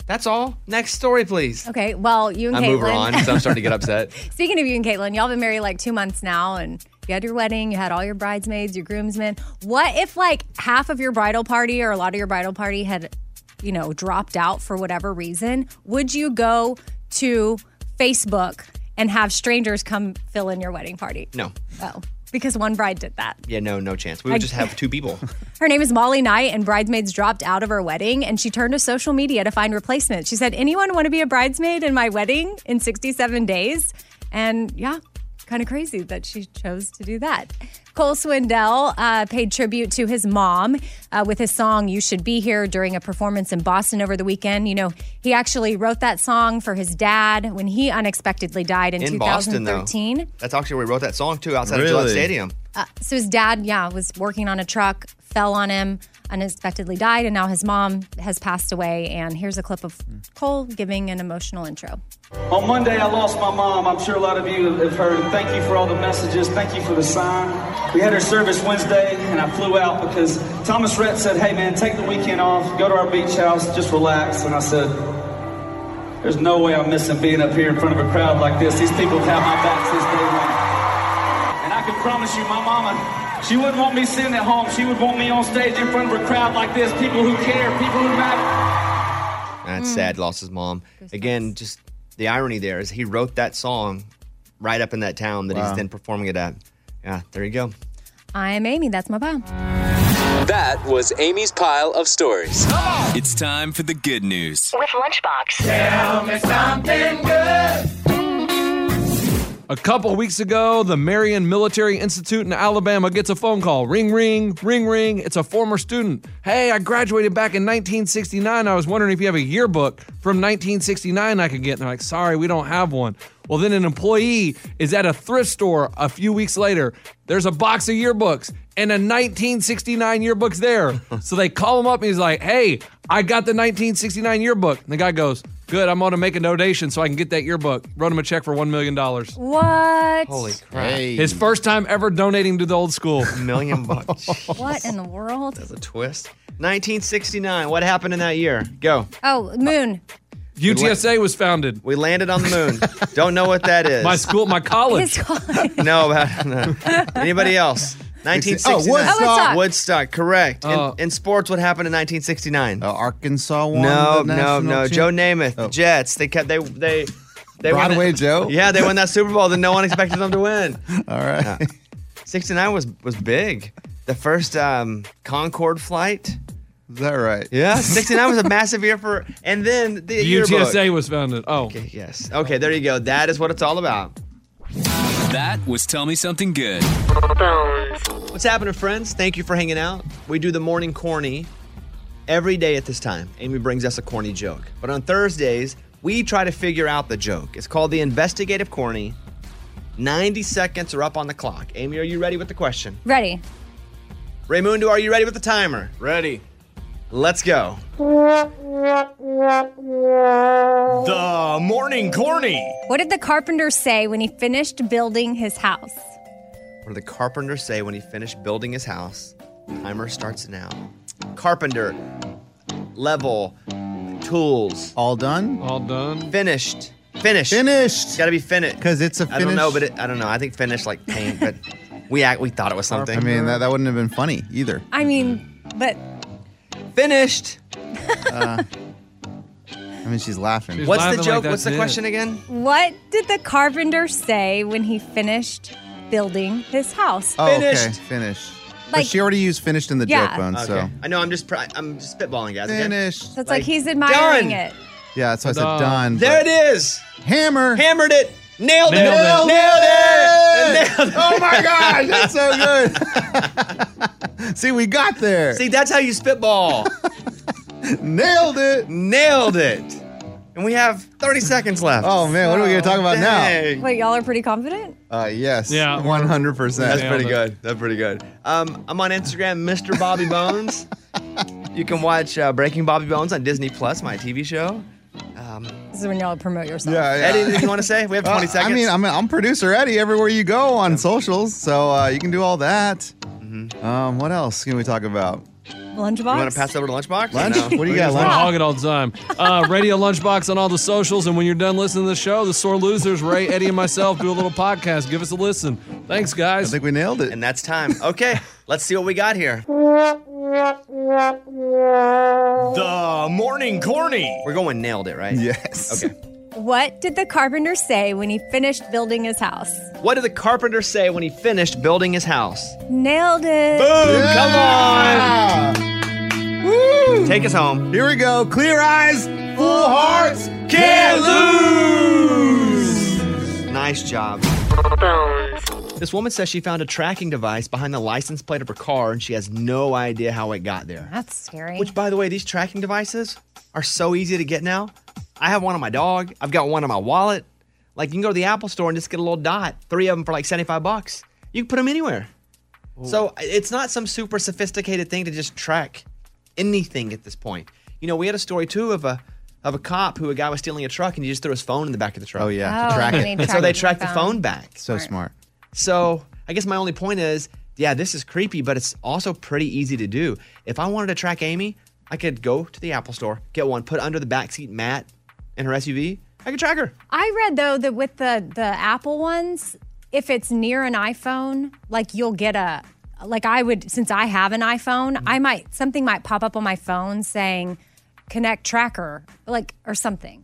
S1: That's all. Next story, please.
S4: Okay, well, you and
S1: I
S4: Caitlin.
S1: move her on because I'm starting
S4: [laughs]
S1: to get upset.
S4: Speaking of you and Caitlin, y'all been married like two months now, and you had your wedding, you had all your bridesmaids, your groomsmen. What if like half of your bridal party or a lot of your bridal party had, you know, dropped out for whatever reason? Would you go to Facebook and have strangers come fill in your wedding party?
S1: No.
S4: Oh, because one bride did that.
S1: Yeah, no, no chance. We would
S4: I-
S1: just have two
S4: [laughs]
S1: people.
S4: Her name is Molly Knight, and bridesmaids dropped out of her wedding, and she turned to social media to find replacements. She said, "Anyone want to be a bridesmaid in my wedding in 67 days?" And yeah, kind of crazy that she chose to do that. Cole Swindell uh, paid tribute to his mom uh, with his song "You Should Be Here" during a performance in Boston over the weekend. You know, he actually wrote that song for his dad when he unexpectedly died in,
S1: In Boston, though.
S4: 2013.
S1: That's actually where we wrote that song too, outside of Gillette
S8: Really?
S1: Stadium.
S4: Uh, so his dad, yeah, was working on a truck, fell on him, unexpectedly died, and now his mom has passed away. And here's a clip of Cole giving an emotional intro.
S13: On Monday, I lost my mom. I'm sure a lot of you have heard. Thank you for all the messages. Thank you for the sign. We had her service Wednesday, and I flew out because Thomas Rhett said, Hey, man, take the weekend off, go to our beach house, just relax. And I said, There's no way I'm missing being up here in front of a crowd like this. These people have had my back since day one. And I can promise you, my mama, she wouldn't want me sitting at home. She would want me on stage in front of a crowd like this people who care, people who matter.
S1: That's
S4: Hmm.
S1: sad. Lost his mom. Again, just the irony there is he wrote that song right up in that town that
S4: Wow.
S1: he's then performing it at. Yeah, there you go.
S4: I'm Amy. That's my pal.
S12: That was Amy's pile of stories. It's time for the good news.
S11: With Lunchbox.
S6: Tell me something good.
S2: A couple weeks ago, the Marion Military Institute in Alabama gets a phone call. Ring, ring, ring, ring. It's a former student. Hey, I graduated back in 1969. I was wondering if you have a yearbook from 1969 I could get. And they're like, sorry, we don't have one. Well, then an employee is at a thrift store a few weeks later. There's a box of yearbooks and a 1969 yearbook's there. so they call him up and he's like, hey, I got the 1969 yearbook. And the guy goes, good, I'm going to make a donation so I can get that yearbook. Wrote him a check for $1 million.
S4: What?
S2: His first time ever donating to the old school.
S1: Million
S2: [laughs]
S1: bucks.
S4: What in the world?
S1: The twist. 1969. What happened in that year? Go.
S4: Oh, Moon.
S2: UTSA was founded.
S1: We landed on the
S2: [laughs]
S1: moon. Don't know what that is.
S2: My school, my college.
S4: His call-
S1: [laughs] no, but- no. Anybody else? 1969.
S8: Oh, Woodstock. Oh, Woodstock.
S1: Woodstock, correct. In-
S2: Uh,
S8: Oh.
S1: in, sports, what happened in 1969?
S8: Uh, Arkansas won.
S1: no,
S8: the
S1: no,
S8: national
S1: no.
S8: champ- Oh.
S1: Joe Namath, the Jets. They kept they they they won
S8: Broadway
S1: that-
S8: Joe?
S1: Yeah, they won that Super Bowl that no one expected them to win.
S8: [laughs] All right.
S1: 69 was was big. The first um, Concorde flight.
S8: Is that right? [laughs]
S1: Yeah, 69 was a massive year for, and then the yearbook.
S2: UTSA was founded. Oh.
S1: yes. Uh, Okay, there you go. That is what it's all about.
S12: That was Tell Me Something Good.
S1: What's happening, friends? Thank you for hanging out. We do the morning corny every day at this time. Amy brings us a corny joke. But on Thursdays, we try to figure out the joke. It's called the investigative corny. 90 seconds are up on the clock. Amy, are you ready with the question?
S4: Ready.
S1: Raymundo, are you ready with the timer? Ready. Let's go.
S4: The
S1: morning corny.
S4: What did the carpenter say when he finished building his house?
S1: What did the carpenter say when he finished building his house? Timer starts now. Carpenter, level, tools.
S8: All done?
S2: All done.
S1: Finished. Finished.
S8: Finished. It's
S1: got to be finished. Because
S8: it's a
S1: I don't know,
S8: finish.
S1: but it, I don't know. I think finished like paint, but we act, we thought it was something.
S8: I mean, that, that wouldn't have been funny either.
S4: I mean, but
S1: finished.
S8: Uh, I mean, she's laughing.
S1: She's What's the laughing like joke? What's that's the it. question again?
S4: What did the carpenter say when he finished building his house?
S8: Oh, okay. Finished. but
S4: Like-
S8: she already used finished in the
S4: Yeah.
S8: joke bone, [laughs] so.
S1: I know. I'm just pri- I'm just spitballing, guys.
S8: Finished.
S4: So it's like, he's admiring
S1: done.
S4: it.
S8: Yeah, that's why I said
S1: Done.
S8: done.
S1: There it is.
S8: Hammer.
S1: Hammered it. Nailed it.
S8: Nailed it.
S1: Nailed it. Nailed it.
S8: Oh
S1: [laughs]
S8: my gosh, that's so good. See, we got there.
S1: See, that's how you spitball.
S8: [laughs] Nailed it.
S1: Nailed it. And we have 30 seconds left.
S8: Oh man, what are we gonna talk about
S1: Dang.
S4: Wait, y'all are pretty confident?
S8: now? Uh, yes.
S1: [laughs] Yeah.
S8: One hundred percent.
S1: That's pretty good. That's pretty good. Um, I'm on Instagram, Mr. Bobby Bones. you can watch uh, Breaking Bobby Bones on Disney Plus, my TV show. Um,
S4: This is when y'all promote yourself.
S1: Eddie, anything you want to say? We have 20
S8: Uh,
S1: seconds.
S8: I mean, I'm, I'm producer Eddie everywhere you go on socials, so uh, you can do all that.
S1: Mm-hmm.
S8: Um, what else can we talk about?
S4: Lunchbox. You
S1: want to pass over to Lunchbox?
S8: Lunch?
S1: No.
S8: What do you got,
S2: Lunch?
S8: Lunch?
S2: hog it all the
S1: [laughs]
S2: time. Uh, Radio Lunchbox on all the socials. And when you're done listening to the show, the sore losers, Ray, Eddie, and myself do a little podcast. Give us a listen. Thanks, guys. I think
S8: we nailed it.
S1: And that's time. Okay, let's see what we got here. The morning corny. We're going nailed it, right?
S8: Yes.
S1: Okay.
S4: What did the carpenter say when he finished building his house?
S1: What did the carpenter say when he finished building his house?
S4: Nailed it.
S1: Boom! Come on!
S8: Woo!
S1: Take us home.
S8: Here we go. Clear eyes, full hearts,
S1: can't lose. Nice job. This woman says she found a tracking device behind the license plate of her car and she has no idea how it got there.
S4: That's scary.
S1: Which, by the way, these tracking devices are so easy to get now. I have one on my dog, I've got one on my wallet. Like, you can go to the Apple store and just get a little dot, three of them for like 75 bucks. You can put them anywhere. So it's not some super sophisticated thing to just track anything at this point. You know, we had a story too of a of a cop who a guy was stealing a truck and he just threw his phone in the back of the truck. Oh
S8: yeah, to Oh, track and it. they
S1: And so
S8: tracked
S1: they
S8: the
S1: tracked the
S8: phone.
S1: phone back.
S8: So smart.
S1: So I guess my only point is, yeah, this is creepy, but it's also pretty easy to do. If I wanted to track Amy, I could go to the Apple store, get one, put it under the backseat mat in her SUV. I could track her.
S4: I read though that with the the Apple ones, if it's near an iPhone, like you'll get a like I would since I have an iPhone, I
S1: Mm-hmm.
S4: might something might pop up on my phone saying connect tracker like or something.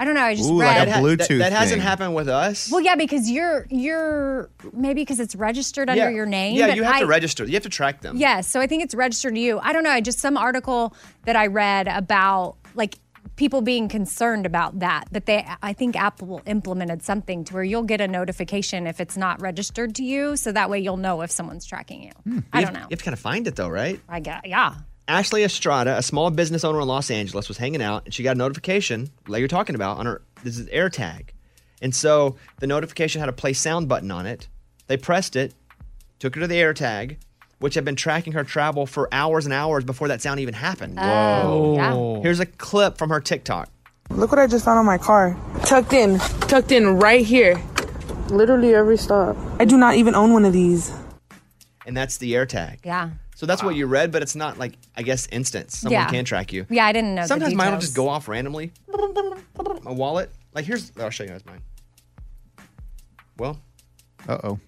S4: I don't know. I just read
S1: That ha- That, that hasn't happened with us.
S4: Well, yeah, because you're you're maybe because it's registered under
S1: Yeah.
S4: your name.
S1: Yeah,
S4: but
S1: you have to
S4: I-
S1: register. You have to track them.
S4: Yes, so I think it's registered to you. I don't know. I just some article that I read about like people being concerned about that, but they I think Apple implemented something to where you'll get a notification if it's not registered to you, so that way you'll know if someone's tracking you. I
S1: You
S4: don't
S1: have-
S4: know.
S1: Hmm. You have to kind of find it though, right?
S4: I get yeah.
S1: Ashley Estrada, a small business owner in Los Angeles, was hanging out and she got a notification, like you're talking about, on her this is AirTag. And so the notification had a play sound button on it. They pressed it, took her to the AirTag, which had been tracking her travel for hours and hours before that sound even happened.
S14: Oh, yeah.
S1: Here's a clip from her TikTok.
S14: Look what I just found on my car. Tucked in, tucked in right here. Literally every stop. I do not even own one of these.
S1: And that's the AirTag.
S4: Yeah.
S1: So that's what you read, but it's not like I guess instant. Someone
S4: Yeah.
S1: can track you.
S4: Yeah, I didn't know. the
S1: Sometimes mine will
S4: details.
S1: just go off randomly. My wallet. Like here's I'll show you guys mine. Well.
S8: Uh oh.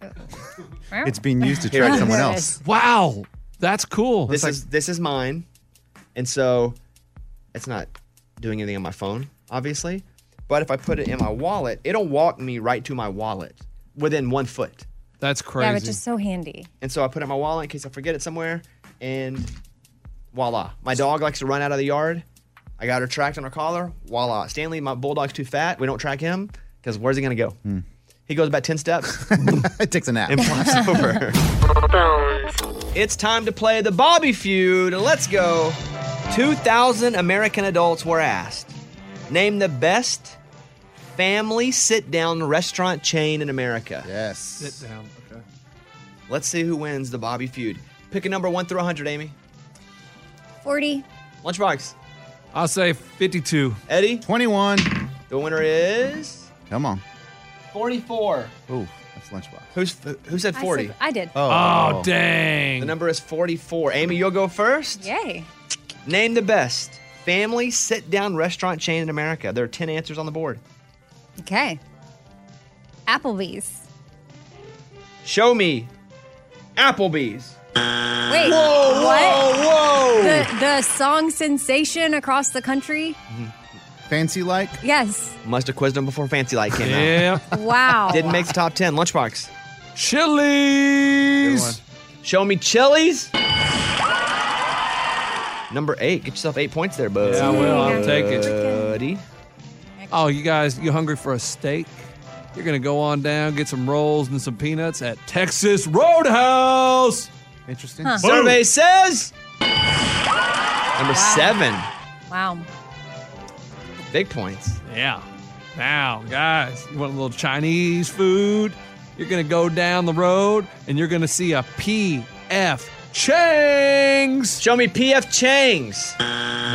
S8: It's being used to track someone else.
S1: Wow.
S2: That's cool.
S1: This is this is mine. And so it's not doing anything on my phone, obviously. But if I put it in my wallet, it'll walk me right to my wallet within one foot.
S2: That's
S4: Yeah, which is so handy.
S1: And so I put it in my wallet in case I forget it somewhere. And voila. My dog likes to run out of the yard. I got her tracked on her collar. Voila. Stanley, my bulldog's too fat. We don't track him because where's he going to go?
S8: Hmm.
S1: He goes about
S8: [laughs]
S1: 10 steps.
S8: it takes a nap.
S1: And flops [laughs] over. it's time to play the Bobby feud. Let's go. 2,000 American adults were asked name the best family sit down restaurant chain in America.
S8: Yes.
S2: Sit down. Okay.
S1: Let's see who wins the Bobby feud. Pick a number one through 100, Amy.
S4: 40.
S1: Lunchbox.
S2: I'll say 52.
S1: Eddie?
S8: 21.
S1: The winner is
S8: Come on.
S1: 44.
S8: Ooh, that's lunchbox.
S1: Who's who said
S4: I
S1: 40?
S4: said- I did.
S2: Oh, dang.
S1: The number is 44. Amy, you'll go first.
S4: Yay.
S1: Name the best family sit down restaurant chain in America. There are 10 answers on the board.
S4: Okay. Applebee's.
S1: Show me Applebee's.
S4: Wait.
S1: Whoa,
S4: what?
S1: whoa, whoa.
S4: The the song sensation across the country?
S8: Fancy like?
S4: Yes.
S1: Must have quizzed them before Fancy Light came [laughs] out.
S4: Oh, Wow.
S1: Didn't make the top 10. Lunchbox.
S2: Chili's.
S1: Show me Chili's. Number eight. Get yourself eight points there, bud.
S2: Yeah, I will. I'll take it.
S1: Buddy.
S2: Oh, you guys, you hungry for a steak? You're going to go on down, get some rolls and some peanuts at Texas Roadhouse.
S8: Interesting.
S2: Boom.
S1: Survey says number seven.
S4: Wow.
S1: Big points.
S2: Yeah. Now, guys, you want a little Chinese food? You're going to go down the road and you're going to see a PF Chang's.
S1: Show me PF Chang's.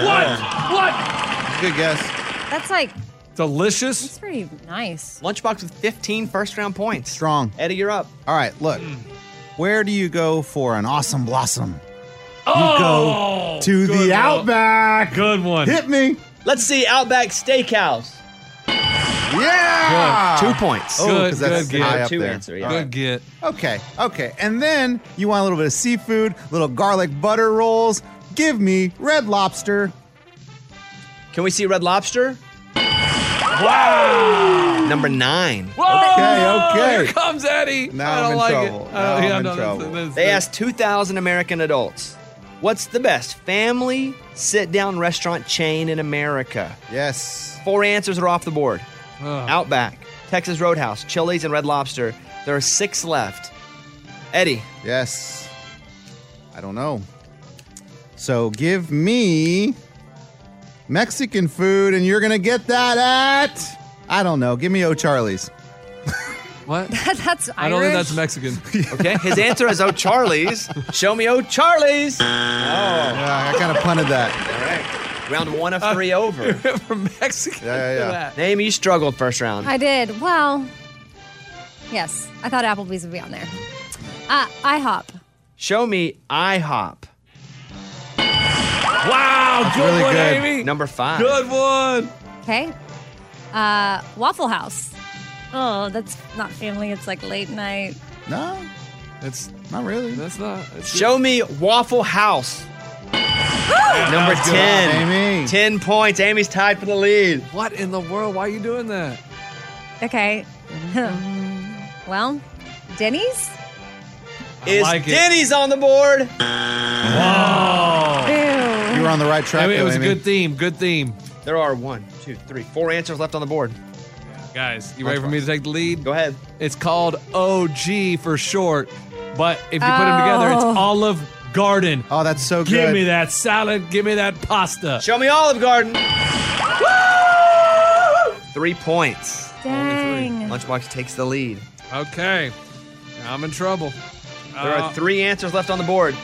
S2: What? What?
S8: Good guess.
S4: That's like
S2: Delicious.
S4: it's pretty nice.
S1: Lunchbox with 15 first round points.
S8: Strong.
S1: Eddie, you're up.
S8: All right, look.
S2: Mm.
S8: Where do you go for an awesome blossom?
S2: Oh,
S8: you go to
S1: good
S8: the
S1: one.
S8: Outback.
S2: Good one.
S8: Hit me.
S1: Let's see Outback Steakhouse.
S8: Yeah.
S1: Good. Ah. Two points.
S8: Oh,
S1: Good-
S8: because that's
S1: good
S8: high
S1: get.
S8: up
S1: Two
S8: there.
S1: answer, yeah.
S8: All
S1: Good
S2: get.
S8: Okay. Okay. And then you want a little bit of seafood, little garlic butter rolls. Give me red lobster.
S1: Can we see Red Lobster? Wow. Number nine.
S2: Whoa!
S8: Okay, okay.
S2: Here comes Eddie.
S8: Now
S2: I don't
S8: I'm in
S2: like
S8: trouble.
S2: it.
S8: Now
S2: I don't,
S8: I'm in
S2: no, that's-
S8: trouble.
S2: that's-
S1: They asked 2,000 American adults, what's the best family sit down restaurant chain in America?
S8: Yes.
S1: Four answers are off the board
S2: Ugh.
S1: Outback, Texas Roadhouse, Chili's, and Red Lobster. There are six left. Eddie,
S8: Yes. I don't know. So give me Mexican food, and you're gonna get that at I don't know. Give me O'Charlie's.
S4: [laughs]
S2: What?
S4: that's Irish.
S2: I don't think that's Mexican.
S8: [laughs]
S1: okay? His answer is O'Charlie's. Show me O'Charlie's. Oh,
S8: Yeah, I kind of punted that.
S1: all right. Round one of three
S2: [laughs]
S1: over.
S2: From Mexican.
S8: Yeah, yeah, yeah.
S1: Name, you struggled first round.
S4: I did. Well, yes. I thought Applebee's would be on there. Uh, IHOP.
S1: Show me IHOP.
S2: Wow, good
S8: really
S2: one,
S8: good.
S2: Amy.
S1: Number five.
S2: Good one.
S4: Okay. Uh, Waffle House. Oh, that's not family. It's like late night.
S8: No,
S2: That's
S8: not really.
S2: that's not. It's
S1: Show me Waffle House. Number
S8: Good job,
S1: 10.
S8: Amy.
S1: 10 points. Amy's tied for the lead.
S2: What in the world? Why are you doing that?
S4: Okay. [laughs] well, Denny's?
S2: I
S1: is
S2: like it.
S1: Denny's on the board.
S4: Boo.
S8: You were on the right
S2: I
S8: track.
S2: mean, it
S8: though,
S2: was a
S8: Amy.
S2: good theme. Good theme.
S1: There are one, two, three, four answers left on the board.
S2: Guys, you ready for me to take the lead?
S1: Go ahead.
S2: It's called OG for short, but if you put them together, it's
S4: Oh.
S2: Olive Garden.
S8: Oh, that's so good.
S2: Give me that salad. Give me that pasta.
S1: Show me Olive Garden. three points.
S4: Dang.
S1: Lunchbox takes the lead.
S2: Okay. Now I'm in trouble.
S1: There
S2: Uh,
S1: are three answers left on the board.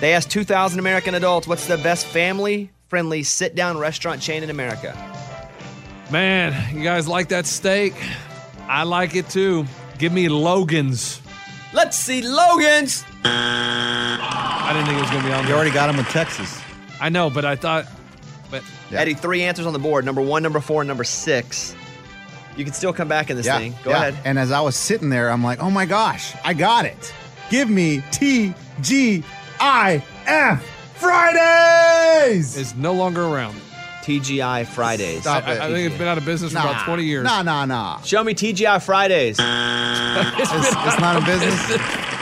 S1: They asked 2,000 American adults what's the best family friendly sit down restaurant chain in America.
S2: Man, you guys like that steak? I like it too. Give me Logan's.
S1: Let's see Logan's.
S2: I didn't think it was going to be on
S8: You
S2: there.
S8: already got him with Texas.
S2: I know, but I thought. But
S8: Yeah.
S1: Eddie, three answers on the board number one, number four, and number six. You can still come back in this thing. Go
S8: yeah.
S1: ahead.
S8: And as I was sitting there, I'm like, oh my gosh, I got it. Give me T G I F Fridays.
S2: it's no longer around.
S1: TGI Fridays.
S8: Stop
S2: I, I
S8: it.
S2: think it's been out of business for about 20 years.
S8: Nah, nah, nah.
S1: Show me TGI
S8: [laughs]
S1: Fridays. All
S8: It's, it's not a
S1: [laughs]
S8: business.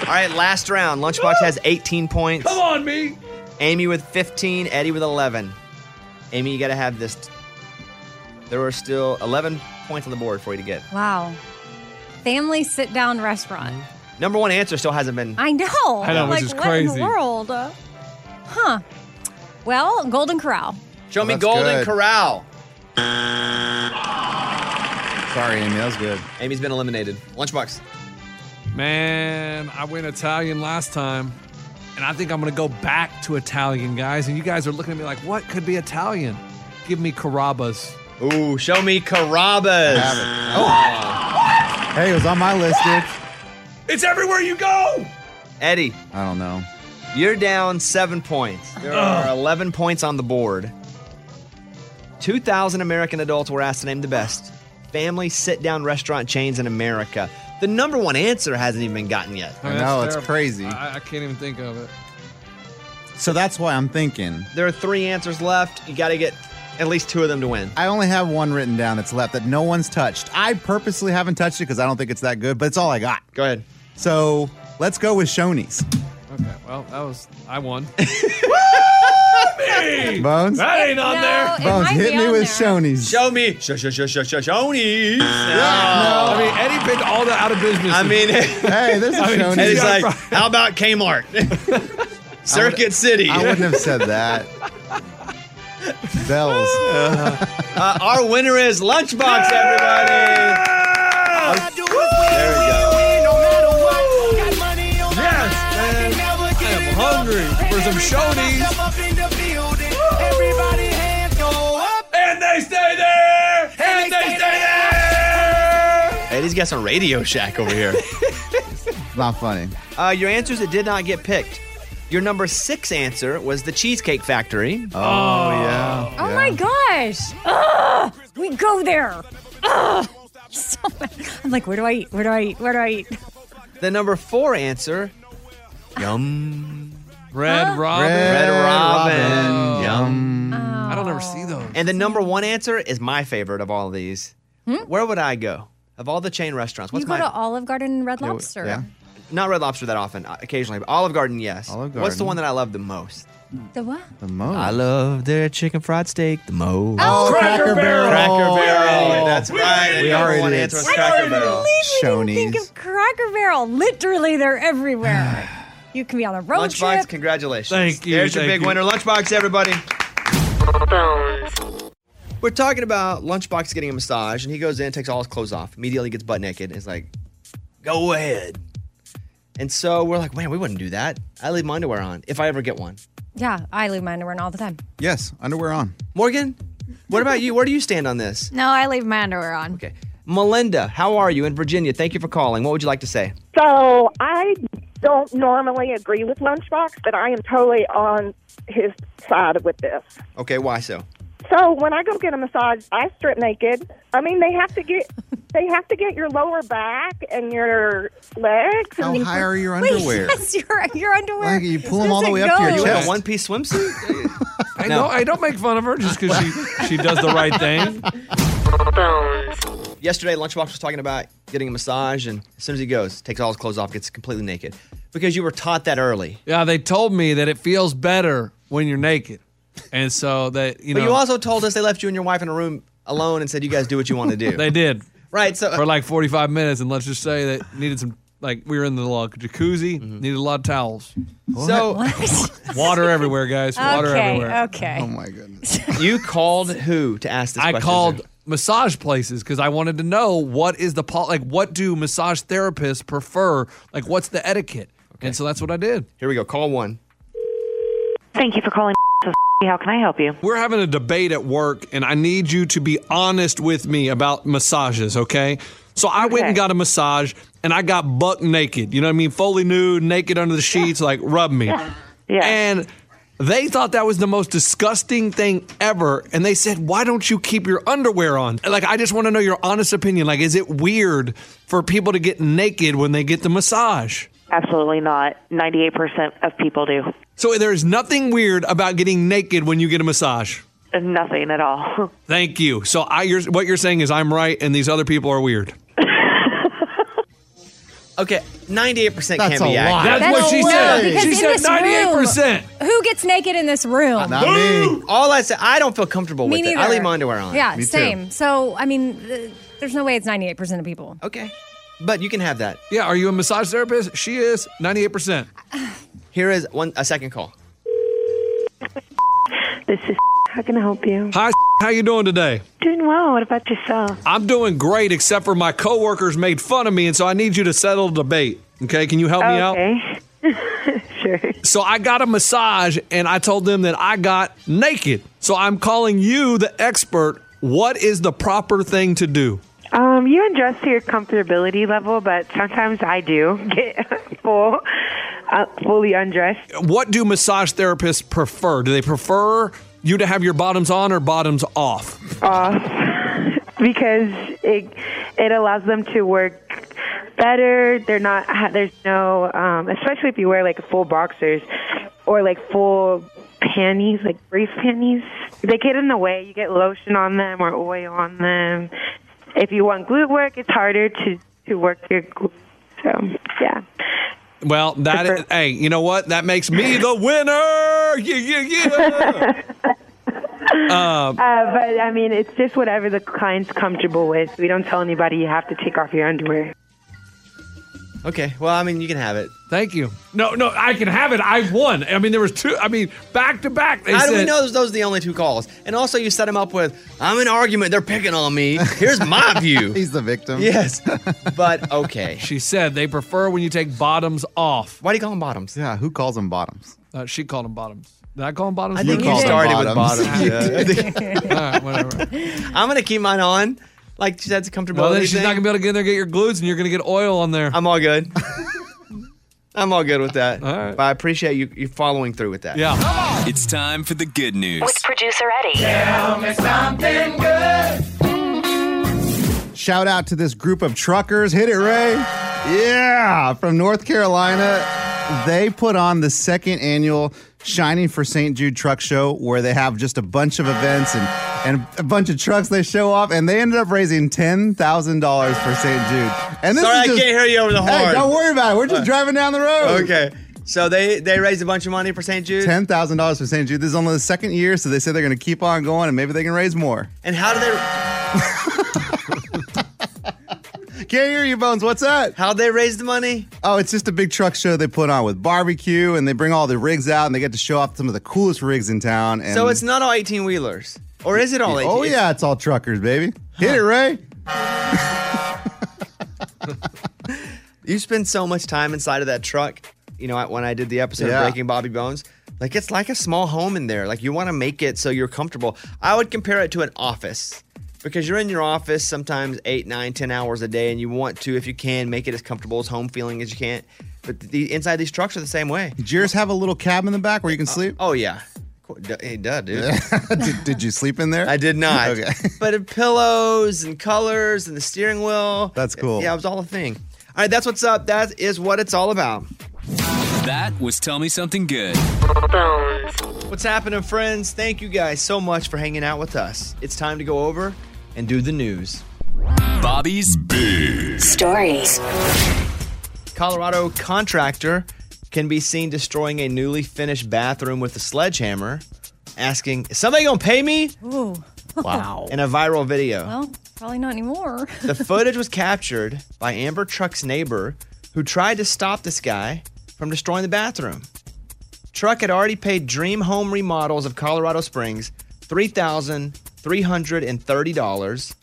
S1: right, last round. Lunchbox has 18 points.
S2: Come on, me.
S1: Amy with 15, Eddie with 11. Amy, you got to have this. There are still 11 points on the board for you to get.
S4: Wow. Family sit down restaurant.
S1: Number one answer still hasn't been.
S4: I know. I
S2: know,
S4: am
S2: which
S4: like,
S2: is
S4: what in
S2: crazy.
S4: the world? Huh. Well, Golden Corral.
S1: Show
S8: Oh,
S1: me
S8: that's
S1: Golden
S8: good.
S1: Corral.
S8: Sorry, Amy. That was good.
S1: Amy's been eliminated. Lunchbox.
S2: Man, I went Italian last time, and I think I'm going to go back to Italian, guys. And you guys are looking at me like, what could be Italian? Give me Carrabba's.
S1: Ooh, show me Carrabba's.
S8: Have it. Hey, it was on my list, dude.
S2: It's everywhere you go.
S1: Eddie,
S8: I don't know.
S1: you're down seven points. There are 11 points on the board. 2,000 American adults were asked to name the best family sit down restaurant chains in America. The number one answer hasn't even been gotten yet.
S2: I mean,
S8: I know,
S2: that's
S8: it's
S2: terrible.
S8: crazy.
S2: I, I can't even think of it.
S8: So that's why I'm thinking.
S1: There are three answers left. You got to get at least two of them to win.
S8: I only have one written down that's left that no one's touched. I purposely haven't touched it because I don't think it's that good, but it's all I got.
S1: Go ahead.
S8: So let's go with Shoney's.
S2: Okay, well, that was I won.
S8: Bones?
S2: that ain't on
S4: no,
S2: there.
S4: It
S8: Bones,
S4: might
S8: hit
S4: be
S8: me
S4: on
S8: with
S4: there.
S8: Shoney's.
S1: Show me. Sh- sh- sh- sh- sh- Shoney's.
S2: I mean, Eddie picked all the out of business.
S1: I mean,
S8: Hey, this is
S2: I mean,
S8: Shoney's.
S1: and he's
S2: Yeah,
S1: like,
S2: right.
S1: how about Kmart? Circuit City.
S8: I wouldn't have said
S1: [laughs]
S8: that. Bells.
S1: [laughs] Uh, our winner is Lunchbox, everybody. There we go.
S2: yes, man. I am hungry for some Shoney's. And they stay there.
S1: These guys on Radio Shack over here.
S8: Not funny.
S1: Uh, your answers that did not get picked. Your number six answer was the Cheesecake Factory. Oh, yeah.
S4: Oh my gosh. Ugh, we go there. Ugh. So mad. I'm like, where do I eat? Where do I eat? Where do I eat?
S1: The number four answer, yum.
S2: Red
S1: Huh?
S2: Robin.
S1: Red Robin.
S2: Oh.
S1: Yum.
S2: I don't ever see those.
S1: And the number one answer is my favorite of all these. Where would I go? Of all the chain restaurants, what's
S4: Hmm? you go
S1: my
S4: to Olive Garden and Red
S1: Yeah,
S4: Lobster.
S1: yeah. Not Red Lobster that often, uh, occasionally, but Olive Garden, yes. Olive What's the
S8: Garden.
S1: one that I love the most?
S4: The what?
S8: The most.
S1: I love their chicken fried steak the most.
S8: Oh, Cracker Cracker Barrel. Barrel.
S1: Cracker Barrel.
S8: Yay.
S1: That's
S8: We
S1: right.
S8: did
S1: And
S8: it.
S1: the number
S8: We
S1: one
S8: did it.
S1: answer was
S8: I
S1: Cracker
S8: couldn't
S1: Barrel.
S8: Shoney's.
S4: Cracker Barrel. Literally, they're
S1: [sighs]
S4: everywhere. you can be on a road
S1: Lunchbox,
S4: trip.
S1: congratulations.
S2: Thank you,
S1: There's your
S2: thank
S1: big
S2: you.
S1: winner. Lunchbox, everybody. We're talking about Lunchbox getting a massage, and he goes in, takes all his clothes off, immediately gets butt naked, and is like, go ahead. And so we're like, man, we wouldn't do that. I leave my underwear on if I ever get one.
S4: Yeah, I leave my underwear on all the time.
S1: Yes, underwear on. Morgan, what about you? Where do you stand on this?
S7: No, I leave my underwear on.
S1: Okay. Melinda, how are you in Virginia? Thank you for calling. What would you like to say?
S15: So I don't normally agree with Lunchbox, but I am totally on his side with this.
S1: Okay, why so?
S15: So when I go get a massage, I strip naked. I mean, they have to
S4: [laughs]
S15: get they have to get your lower back and your legs.
S8: How
S15: and
S8: high are your
S15: Wait,
S4: [laughs]
S8: underwear?
S4: Yes, your, your underwear.
S8: Like, you pull them all the way up to your
S2: go?
S8: chest.
S2: Yeah,
S1: one piece swimsuit?
S2: I know. I don't make fun of her just because she [laughs] she does the right thing.
S1: Yesterday, Lunchbox was talking about getting a massage, and as soon as he goes, takes all his clothes off, gets completely naked. Because you were taught that early.
S2: Yeah, they told me that it feels better when you're naked, and so that you
S1: but
S2: know.
S1: you also told us they left you and your wife in a room alone and said, you guys do what you want to do.
S2: [laughs] they did
S1: right. So
S2: for like 45 minutes, and let's just say that needed some like we were in the little jacuzzi, needed a lot of towels.
S1: So-
S2: water everywhere, guys. Water
S1: Okay,
S2: everywhere.
S8: Oh
S4: Okay.
S2: my
S1: goodness. [laughs] you called who to ask this?
S2: I
S1: question,
S2: called massage places because I wanted to know what is the pol- like what do massage therapists prefer? Like what's the etiquette? And so that's what I did.
S1: Here we go. Call one.
S16: Thank you for calling. How can I help you?
S2: We're having a debate at work, and I need you to be honest with me about massages, okay? So I went and got a massage, and I got buck naked. You know what I mean? Fully nude, naked under the sheets, like rub me.
S16: Yeah.
S2: And they thought that was the most disgusting thing ever, and they said, "Why don't you keep your underwear on?" Like, I just want to know your honest opinion. Like, is it weird for people to get naked when they get the massage?
S16: Absolutely not. 98% of people do.
S2: So there's nothing weird about getting naked when you get a massage.
S16: Nothing at [laughs] all.
S2: Thank you. So I, you're, what you're saying is I'm right, and these other people are weird.
S1: Okay, 98%
S2: That's
S1: can't
S2: a
S1: be accurate.
S2: lie. That's That's what she
S4: No,
S2: said.
S4: because
S2: She
S4: in
S2: said
S4: this room,
S2: 98%.
S4: who gets naked in this room?
S1: me. All I said, I don't feel comfortable
S4: Me
S1: with
S4: neither.
S1: it. I leave my underwear on.
S4: Yeah, same. So, I mean, th- there's no way it's 98% of people.
S1: Okay. But you can have that.
S2: Yeah, are you a massage therapist? She is 98%.
S1: Here is one a second call.
S16: This is how can I help you?
S2: Hi, how you doing today?
S16: Doing well. What about yourself?
S2: I'm doing great, except for my coworkers made fun of me, and so I need you to settle the debate. Okay, can you help me out?
S16: okay.
S2: [laughs] So I got a massage and I told them that I got naked. So I'm calling you the expert. What is the proper thing to do?
S16: Um, you adjust to your comfortability level, but sometimes I do [laughs] get full, uh, fully undressed.
S2: What do massage therapists prefer? Do they prefer you to have your bottoms on or bottoms off?
S16: off [laughs] because it it allows them to work better. They're not ha- there's no um, especially if you wear like full boxers or like full panties, like brief panties. They get in the way. You get lotion on them or oil on them. If you want glute work, it's harder to to work your glutes. So yeah. [laughs]
S2: Well, that is, hey, you know what? That makes me the winner. Yeah, yeah,
S1: [laughs]
S2: yeah. Um,
S16: Uh, but I mean, it's just whatever the client's comfortable with. We don't tell anybody you have to take off your underwear.
S1: Okay. Well, I mean, you can have it.
S2: Thank you. no, no, I can have it. I won. I mean, there was two. I mean, back to back. They
S1: How
S2: said,
S1: do we know those, those are the only two calls? And also, you set him up with, I'm in an argument. They're picking on me. Here's
S2: [laughs]
S1: my view.
S8: He's the victim.
S1: Yes. But okay.
S2: She said they prefer when you take bottoms off.
S1: Why do you call them bottoms?
S8: Yeah, who calls them bottoms?
S2: Uh, she called them bottoms. Did I call them bottoms?
S1: I think you
S2: called them
S1: started
S2: [laughs]
S1: with
S2: bottoms.
S1: [laughs] bottoms.
S2: All right, whatever.
S1: I'm going to keep mine on Like she that's a comfortable.
S2: Well, then she's not gonna be able to get in there and get your glutes, and you're gonna get oil on there.
S1: I'm all good. I'm all good with that. All right. But I appreciate you you following through with that. Yeah.
S12: It's time for the good news.
S17: With producer Eddie.
S6: Tell me something
S17: good.
S8: Shout out to this group of truckers. Hit it, Ray. Yeah, from North Carolina. They put on the second annual Shining for St. Jude Truck Show where they have just a bunch of events and, and a bunch of trucks they show off, and they ended up raising $10,000 for St. Jude. And
S1: Sorry, I can't hear you over the
S8: Hey,
S1: horn.
S8: don't worry about it. We're just
S1: Uh,
S8: driving down the road.
S1: Okay. So they they raised a bunch of money for St. Jude.
S8: Ten thousand dollars for St. Jude. This is only the second year, so they say they're going to keep on going, and maybe they can raise more.
S1: And how do they?
S8: Can't hear you, Bones. What's that?
S1: How they raise the money?
S8: Oh, it's just a big truck show they put on with barbecue, and they bring all the rigs out, and they get to show off some of the coolest rigs in town. And
S1: So it's not all 18 wheelers, or is it all 18?
S8: Oh yeah, it's all truckers, baby. Hit it, Ray.
S1: You spend so much time inside of that truck. You know, I- when I did the episode
S8: Yeah.
S1: of Breaking Bobby Bones, like it's like a small home in there. Like you want to make it so you're comfortable. I would compare it to an office because you're in your office sometimes eight, nine, ten hours a day, and you want to, if you can, make it as comfortable as home feeling as you can. But the inside these trucks are the same way.
S8: Did yours have a little cabin in the back where you can sleep?
S1: Oh yeah, it does, dude.
S8: did, did you sleep in there?
S1: I did not.
S8: Okay.
S1: but it- pillows and colors and the steering wheel.
S8: That's cool.
S1: Yeah, it was all a thing. All right, that's what's up. That is what it's all about.
S12: That was Tell Me Something Good.
S1: What's happening, friends? Thank you guys so much for hanging out with us. It's time to go over and do the news.
S12: Bobby's Big
S17: Stories.
S1: Colorado contractor can be seen destroying a newly finished bathroom with a sledgehammer, asking, Is somebody gonna pay me? [laughs]
S4: Ooh. uh,
S1: In a viral video.
S4: well, probably not anymore.
S1: The
S4: [laughs]
S1: footage was captured by Amber Truck's neighbor who tried to stop this guy from destroying the bathroom. Truck had already paid Dream Home Remodels of Colorado Springs $3,330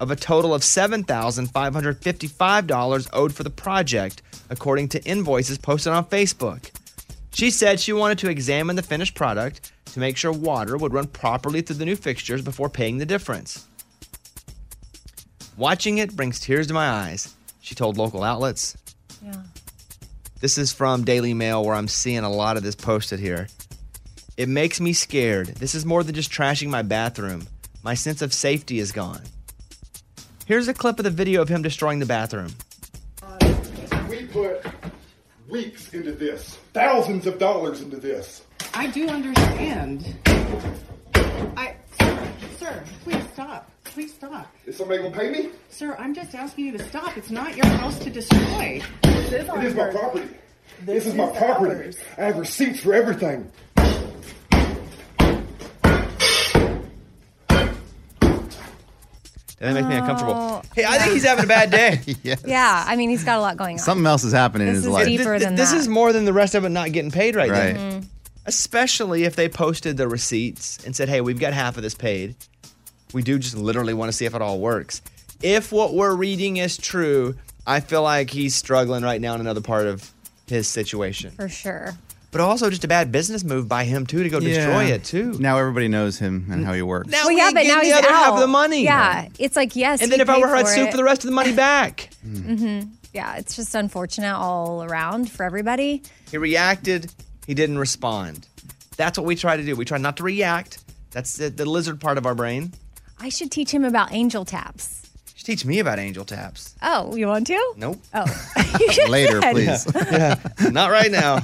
S1: of a total of $7,555 owed for the project, according to invoices posted on Facebook. She said she wanted to examine the finished product to make sure water would run properly through the new fixtures before paying the difference. Watching it brings tears to my eyes, she told local outlets.
S4: Yeah.
S1: This is from Daily Mail, where I'm seeing a lot of this posted here. It makes me scared. This is more than just trashing my bathroom. My sense of safety is gone. Here's a clip of the video of him destroying the bathroom.
S18: We put weeks into this, thousands of dollars into this.
S19: I do understand. I, sir, please stop. Please stop.
S18: Is somebody gonna pay me?
S19: Sir, I'm just asking you to stop. It's not your house to
S4: [laughs]
S19: destroy. This is
S18: It is my property. This, is my property. I have receipts for everything.
S1: [laughs] That makes me uncomfortable.
S4: Oh.
S1: Hey, I think he's having a
S8: [laughs]
S1: bad day.
S4: Yeah, I mean, he's got a lot going on.
S8: Something else is happening in
S4: This
S8: his
S4: is
S8: life.
S4: deeper
S1: Th-
S4: than
S1: this
S4: that.
S1: is more than the rest of it not getting paid right,
S8: Right.
S4: Mm-hmm.
S1: now. Especially if they posted the receipts and said, hey, we've got half of this paid. We do just literally want to see if it all works. If what we're reading is true, I feel like he's struggling right now in another part of his situation.
S4: For sure.
S1: But also just a bad business move by him too to go destroy it. too.
S8: Now everybody knows him and how he works.
S1: Now
S4: well,
S1: he
S4: yeah,
S1: ain't
S4: but
S1: getting
S4: now
S1: the
S4: he's
S1: other
S4: out.
S1: half of the money.
S4: Yeah, it's like yes.
S1: and then
S4: he
S1: if I
S4: paid
S1: were her, I'd
S4: for
S1: sue
S4: it.
S1: for the rest of the money back.
S4: Mhm. Yeah, it's just unfortunate all around for everybody.
S1: He reacted. He didn't respond. That's what we try to do. We try not to react. That's the, the lizard part of our brain.
S4: I should teach him about angel taps.
S1: You should teach me about angel taps.
S4: Oh, you want to?
S1: Nope.
S4: Oh,
S1: [laughs]
S4: [laughs] You should.
S1: Yeah. Yeah. Not right now.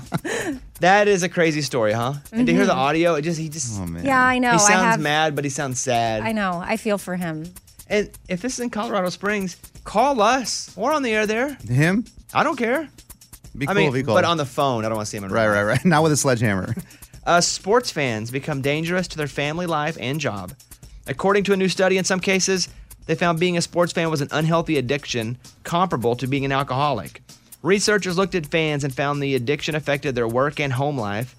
S1: That is a crazy story, huh? And to hear the audio, it just he just oh, man.
S4: [laughs] Mm-hmm. Yeah, I know. I
S1: He sounds
S4: have-
S1: mad, but he sounds sad.
S4: I know. I feel for him.
S1: And if this is in Colorado Springs, call us. We're on the air there.
S8: Him?
S1: I don't care.
S8: Be
S1: I
S8: cool
S1: mean,
S8: if he called.
S1: but on the phone, I don't want to see him in
S8: Right, right, right. Not with a sledgehammer. [laughs]
S1: uh, sports fans become dangerous to their family life and job. According to a new study, in some cases, they found being a sports fan was an unhealthy addiction comparable to being an alcoholic. Researchers looked at fans and found the addiction affected their work and home life.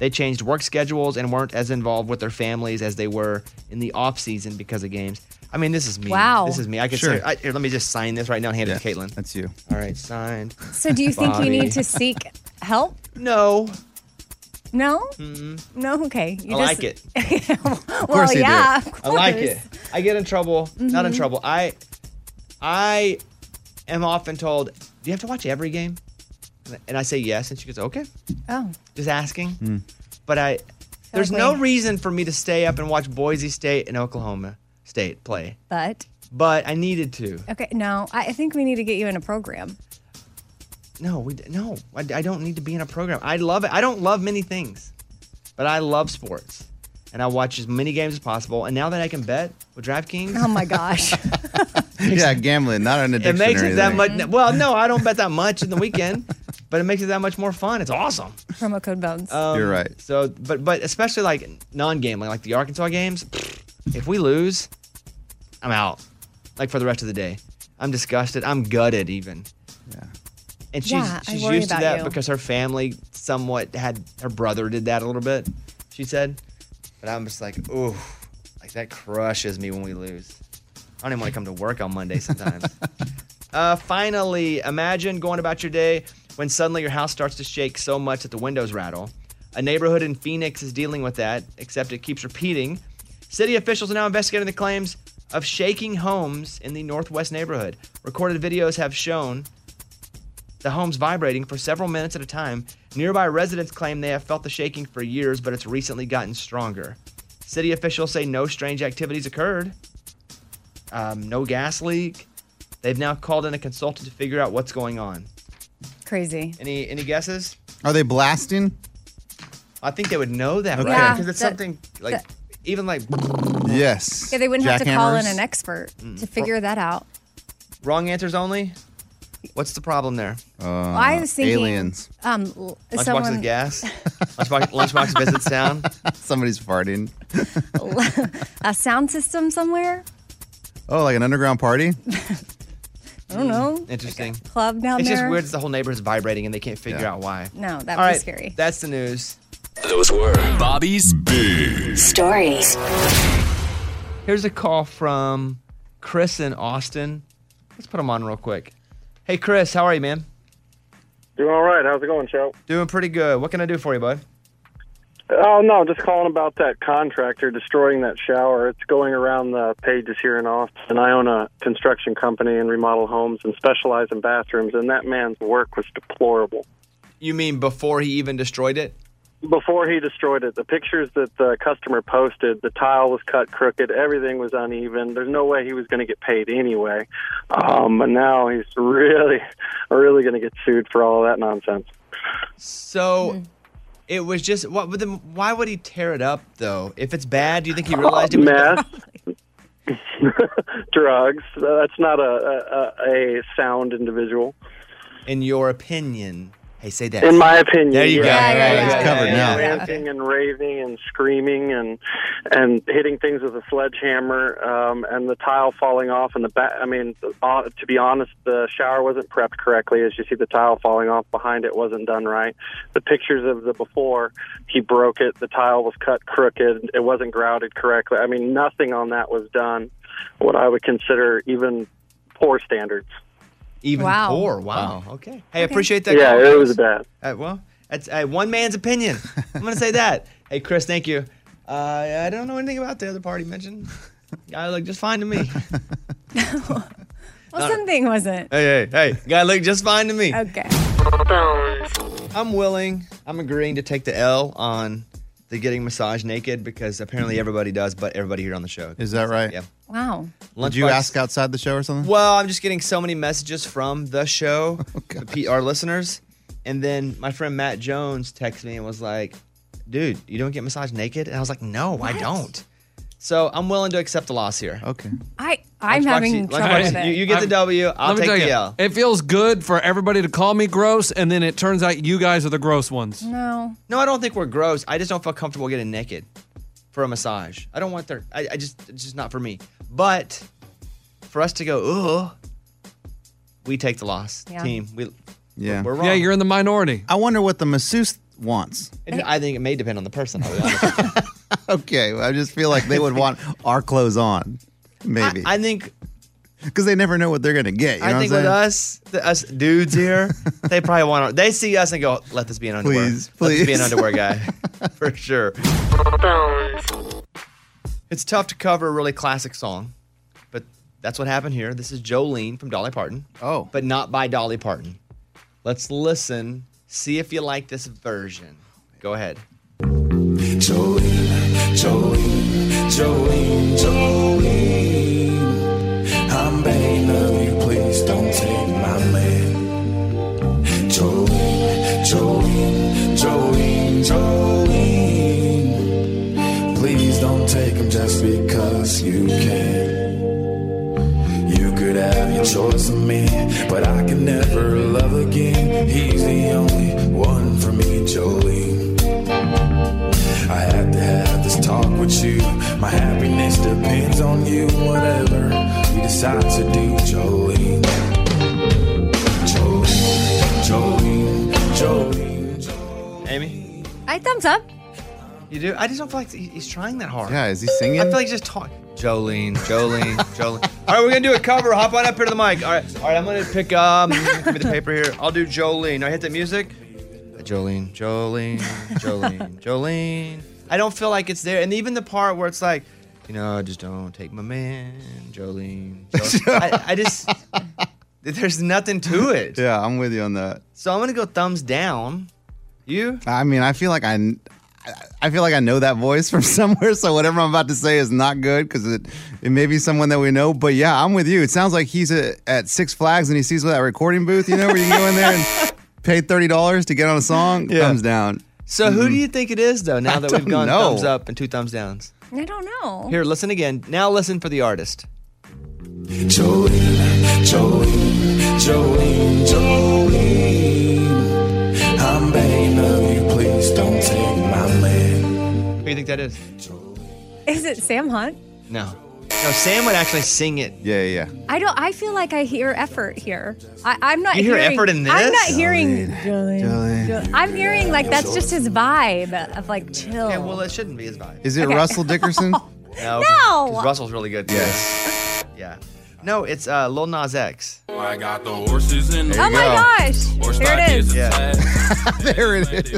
S1: They changed work schedules and weren't as involved with their families as they were in the off season because of games. I mean, this is me.
S4: Wow.
S1: This is me. I can
S8: Sure.
S1: say, I, here, let me just sign this right now and hand it to Caitlin.
S8: That's you.
S1: All right, signed.
S4: So, do you think
S1: Bobby.
S4: you need to seek help?
S1: No.
S4: No.
S1: Mm-mm.
S4: No. Okay. You
S1: I like it.
S4: Well, [laughs]
S1: course you do.
S4: yeah. Of
S1: I like
S4: course.
S1: it. I get in trouble. Not in
S4: Mhm.
S1: trouble. I I am often told, "Do you have to watch every game?" And- And I say yes, and she goes, "Okay."
S4: Oh.
S1: Just asking. But I there's
S4: like
S1: no
S4: we-
S1: reason for me to stay up and watch Boise State and Oklahoma State play.
S4: But
S1: But I needed to.
S4: okay, no, I, I think we need to get you in a program.
S1: No, we d- no. I, I don't need to be in a program. I love it. I don't love many things, but I love sports, and I watch as many games as possible. And now that I can bet with DraftKings,
S4: Oh my
S1: [laughs]
S4: gosh.
S8: yeah, gambling, not an
S1: it
S8: addiction.
S1: makes
S8: or
S1: it that
S8: anything.
S1: much.
S4: Mm-hmm.
S1: Well, no, I don't bet that much in the weekend, [laughs] but it makes it that much more fun. It's awesome.
S4: Promo code bones.
S1: Um,
S8: You're right.
S1: So, but but especially like non-gambling, like the Arkansas games. If we lose, I'm out. Like for the rest of the day, I'm disgusted. I'm gutted even. Yeah. And she's
S4: Yeah, I
S1: she's
S4: worry
S1: used to
S4: about
S1: that
S4: you.
S1: because her family somewhat had her brother did that a little bit. She said, but I'm just like, ooh, like that crushes me when we lose. I don't even want to come to work on
S8: [laughs]
S1: Monday sometimes. Uh, finally, imagine going about your day when suddenly your house starts to shake so much that the windows rattle. A neighborhood in Phoenix is dealing with that, except it keeps repeating. City officials are now investigating the claims of shaking homes in the Northwest neighborhood. Recorded videos have shown the homes vibrating for several minutes at a time. Nearby residents claim they have felt the shaking for years, but it's recently gotten stronger. City officials say no strange activities occurred, um, no gas leak. They've now called in a consultant to figure out what's going on.
S4: Crazy.
S1: Any any guesses?
S8: Are they blasting?
S1: I think they would know that,
S8: Okay.
S1: right?
S8: Yeah,
S1: Because it's
S4: that-
S1: something like
S4: that-
S1: even like
S8: Yes.
S4: Yeah, they wouldn't have to call in
S1: Jackhammers?
S4: an expert
S1: Mm.
S4: to figure that out.
S1: wrong answers only. What's the problem there?
S8: Uh,
S4: I was thinking Um, l-
S1: Lunchbox is
S4: someone [laughs]
S1: gas. Lunchbox, lunchbox visits town.
S8: [laughs] Somebody's farting.
S4: a sound system somewhere.
S8: Oh, like an underground party?
S4: I don't know.
S1: Interesting.
S4: Club down
S1: Mm. it's
S4: there.
S1: just weird that the whole neighborhood's vibrating and they can't figure out why.
S4: No, that
S1: All
S4: would be
S1: right,
S4: scary.
S1: That's the news.
S12: Those were Bobby's Big
S11: Stories.
S1: Here's a call from Chris in Austin. Let's put him on real quick. Hey, Chris, how are you, man?
S17: Doing all right. How's it going, Joe?
S1: Doing pretty good. What can I do for you, bud?
S17: Oh no, just calling about that contractor destroying that shower. It's going around the pages here in Austin. I own a construction company and remodel homes and specialize in bathrooms. And that man's work was deplorable.
S1: You mean before he even destroyed it?
S17: Before he destroyed it, the pictures that the customer posted, the tile was cut crooked, everything was uneven. There's no way he was going to get paid anyway. Um, but now he's really, really going to get sued for all that nonsense.
S1: So it was just what but then why would he tear it up though? If it's bad, do you think he realized it was
S17: meth, [laughs] drugs. Uh, That's not a, a, a sound individual.
S1: in your opinion? Hey, say that.
S17: In my opinion,
S1: There you go.
S17: yeah.
S1: Right, it's covered
S17: and
S1: now.
S17: Ranting and raving and screaming and and hitting things with a sledgehammer um, and the tile falling off and the back. I mean, uh, to be honest, the shower wasn't prepped correctly. As you see, the tile falling off behind it wasn't done right. The pictures of the before, he broke it. The tile was cut crooked. It wasn't grouted correctly. I mean, nothing on that was done. What I would consider even poor standards.
S1: Even
S17: Wow.
S1: poor. Wow. Okay. Hey, I
S17: Okay.
S1: appreciate that.
S17: Yeah,
S1: call,
S17: it
S1: Chris.
S17: was bad.
S1: Uh, well, that's uh, one man's opinion. I'm gonna say
S8: [laughs]
S1: that. Hey, Chris, thank you. Uh, I don't know anything about the other party mentioned. Guy looked just fine
S8: [laughs]
S1: to me.
S4: well,
S1: No.
S4: something wasn't.
S1: hey, hey, hey. Guy looked just fine to me.
S4: Okay.
S1: I'm willing. I'm agreeing to take the L on the getting massage naked because apparently everybody does, but everybody here on the show.
S8: Is that right?
S1: Yeah.
S4: Wow.
S1: Lunchbox-
S8: Did you ask outside the show or something?
S1: Well, I'm just getting so many messages from the show, the P- our listeners. And then my friend Matt Jones texted me and was like, dude, you don't get massage naked? And I was like, no, I
S4: What?
S1: don't. So I'm willing to accept the loss here. Okay.
S4: I I'm having trouble with it.
S1: You, you get the W. I'll
S2: Let me
S1: take
S2: tell
S1: the
S2: you,
S1: L.
S2: It feels good for everybody to call me gross, and then it turns out you guys are the gross ones.
S4: No.
S1: No, I don't think we're gross. I just don't feel comfortable getting naked for a massage. I don't want their. I, I just it's just not for me. But for us to go, ugh, we take the loss,
S2: Yeah.
S1: team. We
S8: Yeah.
S1: we're wrong. Yeah, you're
S2: in the minority.
S8: I wonder what the masseuse
S1: [laughs]
S8: wants.
S1: And I think it may depend on the person. I'll be honest.
S8: okay. well, I just feel like they would want [laughs] our clothes on. Maybe.
S1: I think
S8: because they never know what they're gonna get. You know
S1: I
S8: what
S1: think
S8: I'm
S1: with
S8: saying?
S1: us, the, us
S8: [laughs]
S1: dudes here, they probably want. Our, they see us and go, "Let this be an underwear.
S8: [laughs] Please,
S1: Let this be an
S8: please."
S1: underwear guy, for sure." It's tough to cover a really classic song, but that's what happened here. This is Jolene from Dolly Parton. Oh. But not by Dolly Parton. Let's listen, see if you like this version. Go ahead.
S20: Jolene, Jolene, Jolene, Jolene. I'm begging of you, please don't take my man. Jolene, Jolene, Jolene, Jolene. Please don't take him just because you can. You could have your choice of me, but I can never love again. He's the only one for me, Jolene. I have to have this talk with you. My happiness depends on you. Whatever you decide to do, Jolene. Jolene, Jolene, Jolene.
S1: Amy,
S4: I thumbs up.
S1: you do? I just don't feel like he- he's trying that hard.
S8: Yeah, is he singing?
S1: I feel like he's just talking. Jolene, Jolene, Jolene. All right, we're gonna do a cover. Hop on up here to the mic. All right, all right. I'm gonna pick um, give me the paper here. I'll do Jolene. I hit the music. Jolene, Jolene, Jolene, Jolene. I don't feel like it's there. And even the part where it's like, you know, I just don't take my man, Jolene. Jolene. I, I just, there's nothing to it.
S8: [laughs] Yeah, I'm with you on that.
S1: So I'm gonna go thumbs down. You?
S8: I mean, I feel like I, kn- I feel like I know that voice [laughs] from somewhere. So whatever I'm about to say is not good because it, it may be someone that we know. But yeah, I'm with you. It sounds like he's a, at Six Flags and he sees that recording booth, you know, where you can go in there
S1: [laughs]
S8: and pay thirty dollars to get on a song. Thumbs down. Mm-hmm.
S1: So who do you think it is though? Now
S8: I
S1: that we've
S8: don't
S1: gone
S8: know.
S1: thumbs up and two thumbs downs.
S4: I don't know.
S1: Here, listen again. Now listen for the artist.
S20: Jolene, Jolene, Jolene, Jolene. I'm begging of you, please don't take my man.
S1: Who do you think that is?
S4: Is it Sam Hunt?
S1: No. No, Sam would actually sing it.
S8: Yeah, yeah.
S4: I don't. I feel like I hear effort here. I, I'm not.
S1: You hear
S4: hearing,
S1: effort in this?
S4: I'm not hearing. I'm hearing like that's just his vibe of like chill. Yeah, well,
S1: it shouldn't be his vibe.
S8: Is it
S4: Okay.
S8: Russell Dickerson?
S1: No.
S4: No!
S1: 'cause Russell's really good. Yes. Yeah. No, it's uh, Lil Nas X.
S21: I got the horses in
S4: oh my gosh! Here it is.
S8: [laughs] there it is.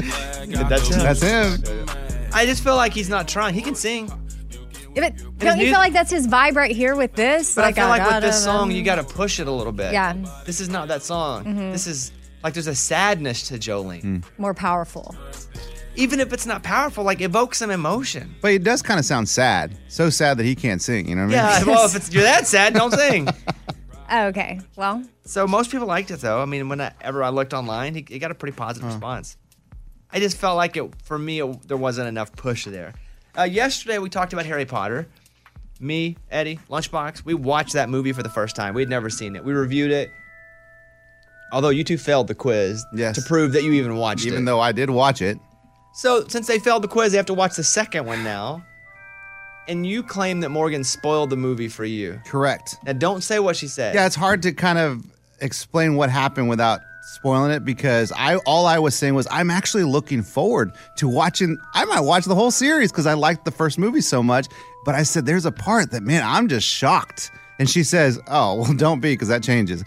S1: That's him.
S8: That's him.
S1: I just feel like he's not trying. He can sing,
S4: Yeah, But don't you
S1: music-
S4: feel like that's his vibe right here with this?
S1: but I feel like with this
S4: gotta-
S1: song, you got to push it a little bit.
S4: um, Yeah.
S1: This is not that song.
S4: Mhm.
S1: This is like there's a sadness to Jolene.
S4: more powerful.
S1: Even if it's not powerful, like evoke some emotion.
S8: But it does kind of sound sad. So sad that he can't sing. You know what I [laughs]
S1: Yeah.
S8: mean?
S1: Well, if it's, you're that sad, don't
S8: [laughs]
S1: sing.
S4: Oh, okay. Well,
S1: So most people liked it though. I mean, whenever I looked online, he, he got a pretty positive response. I just felt like it for me. It, there wasn't enough push there. Uh, yesterday we talked about Harry Potter. Me, Eddie, Lunchbox, we watched that movie for the first time. We'd never seen it. We reviewed it. Although you two failed the quiz to prove that you even watched it.
S8: Even though I did watch it.
S1: So since they failed the quiz, they have to watch the second one now. And you claim that Morgan spoiled the movie for you.
S8: Correct.
S1: Now don't say what she said.
S8: Yeah, it's hard to kind of explain what happened without spoiling it because I all I was saying was I'm actually looking forward to watching I might watch the whole series because I liked the first movie so much. But I said there's a part that man, I'm just shocked. And she says, Oh, well, [laughs] don't be, because that changes.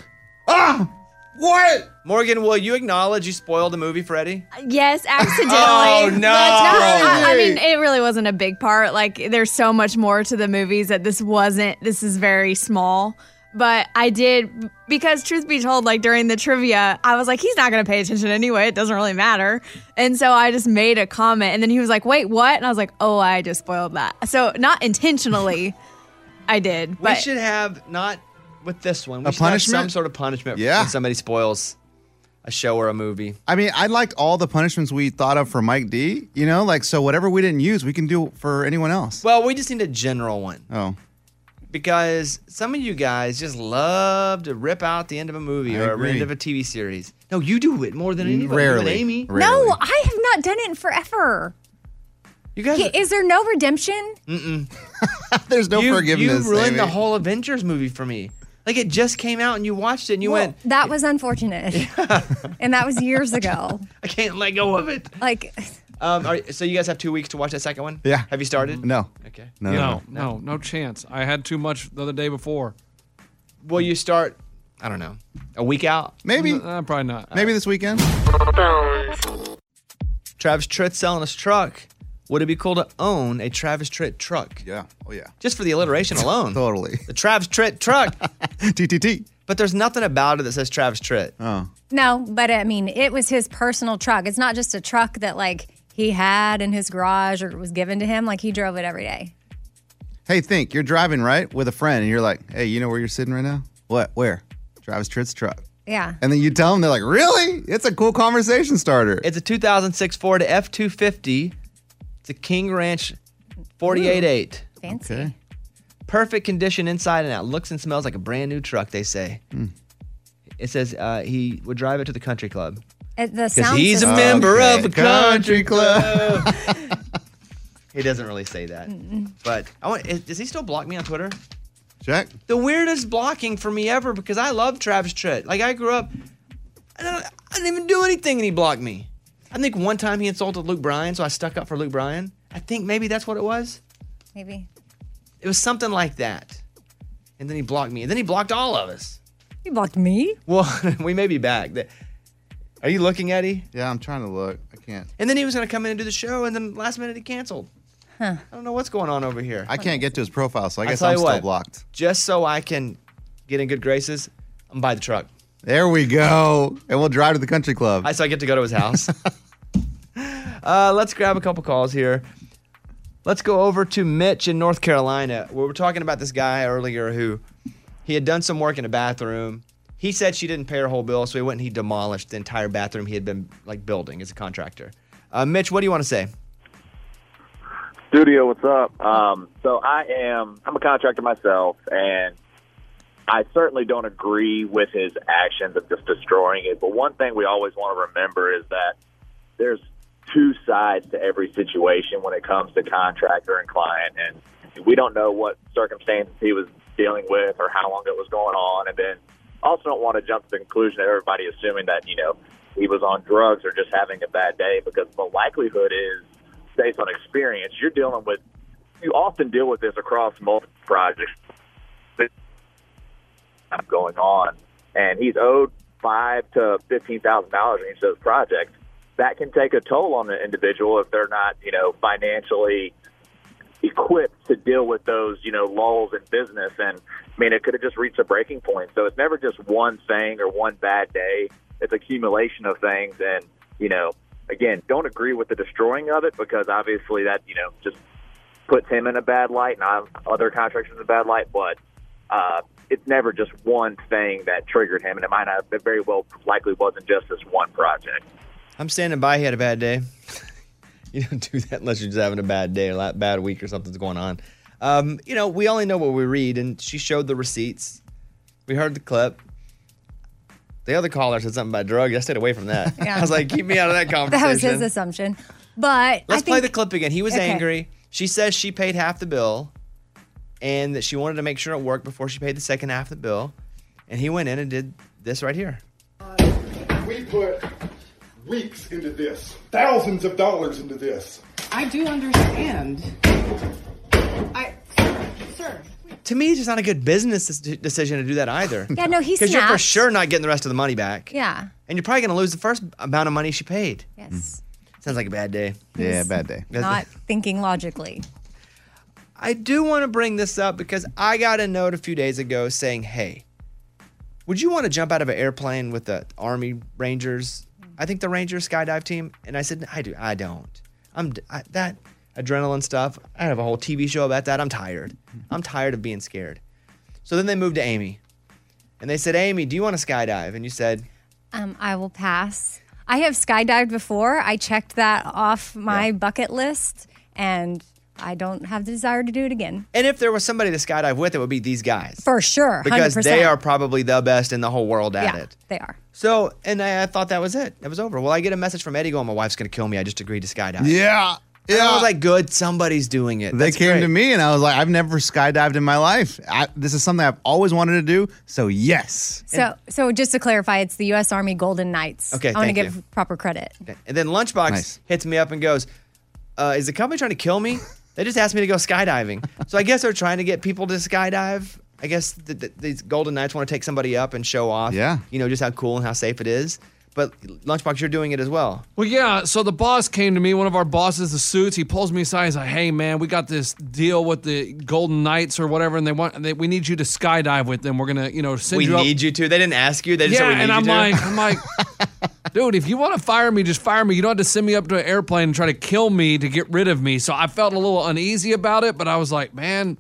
S8: Ah! What?
S1: Morgan, will you acknowledge you spoiled the movie for Eddie? [laughs]
S7: Yes, accidentally.
S1: Oh,
S7: That's
S1: no.
S7: not- I, I
S1: Crazy.
S7: mean, it really wasn't a big part. Like, there's so much more to the movies that this wasn't. This is very small. But I did because, truth be told, like during the trivia, I was like, "He's not going to pay attention anyway. It doesn't really matter." And so I just made a comment, and then he was like, "Wait, what?" And I was like, "Oh, I just spoiled that." So not intentionally, [laughs] I did.
S1: We
S7: But
S1: should have not with this one. We
S8: A
S1: should have
S8: punishment?
S1: some sort of punishment
S8: Yeah.
S1: when somebody spoils a show or a movie.
S8: I mean, I liked all the punishments we thought of for Mike D, you know, like so whatever we didn't use, we can do for anyone else.
S1: Well, we just need a general one
S8: Oh.
S1: because some of you guys just love to rip out the end of a movie
S8: I
S1: or
S8: agree.
S1: the end of a TV series. No, you do it more than anybody. you and
S8: Rarely.
S1: Amy.
S4: no, I have not done it in forever.
S1: You guys,
S4: K- is there no redemption?
S1: Mm-mm.
S8: [laughs] There's no
S1: you,
S8: forgiveness,
S1: You ruined the
S8: Amy.
S1: whole Avengers movie for me. Like it just came out and you watched it and you
S4: Well,
S1: went,
S4: That was unfortunate,
S1: [laughs]
S4: and that was years ago.
S1: I can't let go of it.
S4: Like,
S1: Um, all right, so you guys have two weeks to watch that second one.
S8: Yeah.
S1: Have you started?
S8: No.
S1: Okay.
S8: No.
S2: No, no, no, chance. I had too much the other day before.
S1: Will you start? I don't know. A week out?
S8: Maybe.
S2: Uh, probably not.
S8: Maybe this weekend.
S1: Travis Tritt selling his truck. Would it be cool to own a Travis Tritt truck?
S8: Yeah. Oh, yeah.
S1: Just for
S8: [laughs]
S1: the alliteration alone.
S8: totally.
S1: The Travis
S8: [laughs]
S1: Tritt truck.
S8: TTT.
S1: But there's nothing about it that says Travis Tritt.
S8: Oh.
S4: No, but I mean, it was his personal truck. It's not just a truck that like he had in his garage or was given to him. Like he drove it every day.
S8: Hey, think you're driving right with a friend, and you're like, "Hey, you know where you're sitting right now? What? Where? Travis Tritt's truck."
S4: Yeah.
S8: And then you tell them, they're like, "Really? It's a cool conversation starter."
S1: It's a 2006 Ford F250. It's a King Ranch 48.8.
S4: Fancy.
S8: Okay.
S1: Perfect condition inside and out. Looks and smells like a brand new truck, they say. It says uh, he would drive it to the country club.
S4: It, the
S1: Because
S4: sound
S1: he's a
S4: system-
S1: member of the
S8: Okay. Country
S1: country club. [laughs] he doesn't really say that.
S4: Mm-mm.
S1: But I want, is, does he still block me on Twitter?
S8: Check.
S1: The weirdest blocking for me ever because I love Travis Tritt. Like I grew up, I, don't, I didn't even do anything and he blocked me. I think one time he insulted Luke Bryan, so I stuck up for Luke Bryan. I think maybe that's what it was.
S4: Maybe. [laughs]
S1: It was something like that. And then he blocked me. And then he blocked all of us.
S4: He blocked me?
S1: Well, [laughs] we may be back. The- Are you looking, Eddie?
S8: Yeah, I'm trying to look. I can't.
S1: And then he was going to come in and do the show, and then last minute he canceled.
S4: Huh.
S1: I don't know what's going on over here.
S8: I can't get to his profile, so I
S1: I'll
S8: guess
S1: tell
S8: I'm
S1: you
S8: still
S1: what.
S8: blocked.
S1: Just so I can get in good graces, I'm buy the truck.
S8: There we go. And we'll drive to the country club.
S1: I so I get to go to
S8: [laughs]
S1: his house. uh, let's grab a couple calls here. Let's go over to Mitch in North Carolina. We were talking about this guy earlier who he had done some work in a bathroom. He said she didn't pay her whole bill, so he went and he demolished the entire bathroom he had been like building as a contractor. Uh, Mitch, what do you want to say?
S3: Studio, what's up? Um, so I am I'm a contractor myself, and I certainly don't agree with his actions of just destroying it. But one thing we always want to remember is that there's two sides to every situation when it comes to contractor and client, and we don't know what circumstances he was dealing with or how long it was going on, and then also don't want to jump to the conclusion that everybody assuming that you know he was on drugs or just having a bad day because the likelihood is based on experience, you're dealing with, you often deal with this across multiple projects going on. And he's owed five to fifteen thousand dollars in each of those projects. That can take a toll on the individual if they're not, you know, financially equipped to deal with those, you know, lulls in business. And I mean, it could have just reached a breaking point. So it's never just one thing or one bad day. It's accumulation of things. And you know, again, don't agree with the destroying of it because obviously that you know just puts him in a bad light and I'm, other contractors in a bad light. But uh, it's never just one thing that triggered him, and it might not. It very well likely wasn't just this one project.
S1: I'm standing by. He had a bad day. [laughs] you don't do that unless you're just having a bad day, or a bad week, or something's going on. Um, you know, we only know what we read, and she showed the receipts. We heard the clip. The other caller said something about drugs. I stayed away from that.
S4: Yeah.
S1: [laughs] I was like, keep me out of that conversation.
S4: [laughs] That was his assumption. But
S1: Let's
S4: I
S1: play
S4: think
S1: the clip again. He was
S4: Okay.
S1: angry. She says she paid half the bill and that she wanted to make sure it worked before she paid the second half of the bill. And he went in and did this right here.
S18: We put weeks into this, thousands of dollars into this.
S19: I do understand. I, sir,
S1: To me, it's just not a good business des- decision to do
S4: [laughs]
S1: that either.
S4: Yeah, no, he
S1: Because you're for
S4: snapped.
S1: sure not getting the rest of the money back.
S4: Yeah.
S1: And you're probably going to lose the first amount of money she paid. Mm-hmm.
S4: Yes.
S1: Sounds like a bad day.
S8: Yeah, bad day.
S4: Not thinking logically.
S1: I do want to bring this up because I got a note a few days ago saying, hey, would you want to jump out of an airplane with the Army Rangers? I think the Ranger skydive team. And I said, I do. I don't. I'm d- I, that adrenaline stuff. I have a whole TV show about that.
S8: [laughs]
S1: I'm tired. I'm tired of being scared. So then they moved to Amy and they said, Amy, do you want to skydive? And you said,
S4: Um, I will pass. I have skydived before. I checked that off my bucket list and I don't have the desire to do it again.
S1: and if there was somebody to skydive with, it would be these guys.
S4: For sure.
S1: Because
S4: 100%.
S1: they are probably the best in the whole world at
S4: yeah,
S1: it.
S4: They are.
S1: So, and I, I thought that was it. That was over. Well, I get a message from Eddie going, my wife's going to kill me. I just agreed to skydive.
S8: Yeah.
S1: And I was like, good, somebody's doing it.
S8: They
S1: That's
S8: came
S1: great.
S8: to me and I was like, I've never skydived in my life. I, this is something I've always wanted to do. So, yes.
S4: So, so just to clarify, it's the U.S. Army Golden Knights.
S1: Okay,
S4: I want to
S1: thank
S4: give
S1: you.
S4: proper credit.
S1: And then Lunchbox hits me up and goes, uh, is the company trying to
S2: [laughs]
S1: kill me? They just asked me to go skydiving. so I guess they're trying to get people to skydive. I guess the, the, these Golden Knights want to take somebody up and show off,
S8: Yeah.
S1: you know, just how cool and how safe it is. But Lunchbox, you're doing it as well.
S2: Well, yeah. So the boss came to me, one of our bosses, the suits. He pulls me aside. He's like, "Hey, man, we got this deal with the Golden Knights or whatever, and they want they, we need you to skydive with them. We're gonna, you know, send
S1: we
S2: you up."
S1: need you to. They didn't ask you. They just
S2: yeah,
S1: said we need
S2: and I'm
S1: you
S2: like,
S1: to.
S2: I'm like,
S1: [laughs]
S2: dude, if you want to fire me, just fire me. You don't have to send me up to an airplane and try to kill me to get rid of me. So I felt a little uneasy about it, but I was like, man,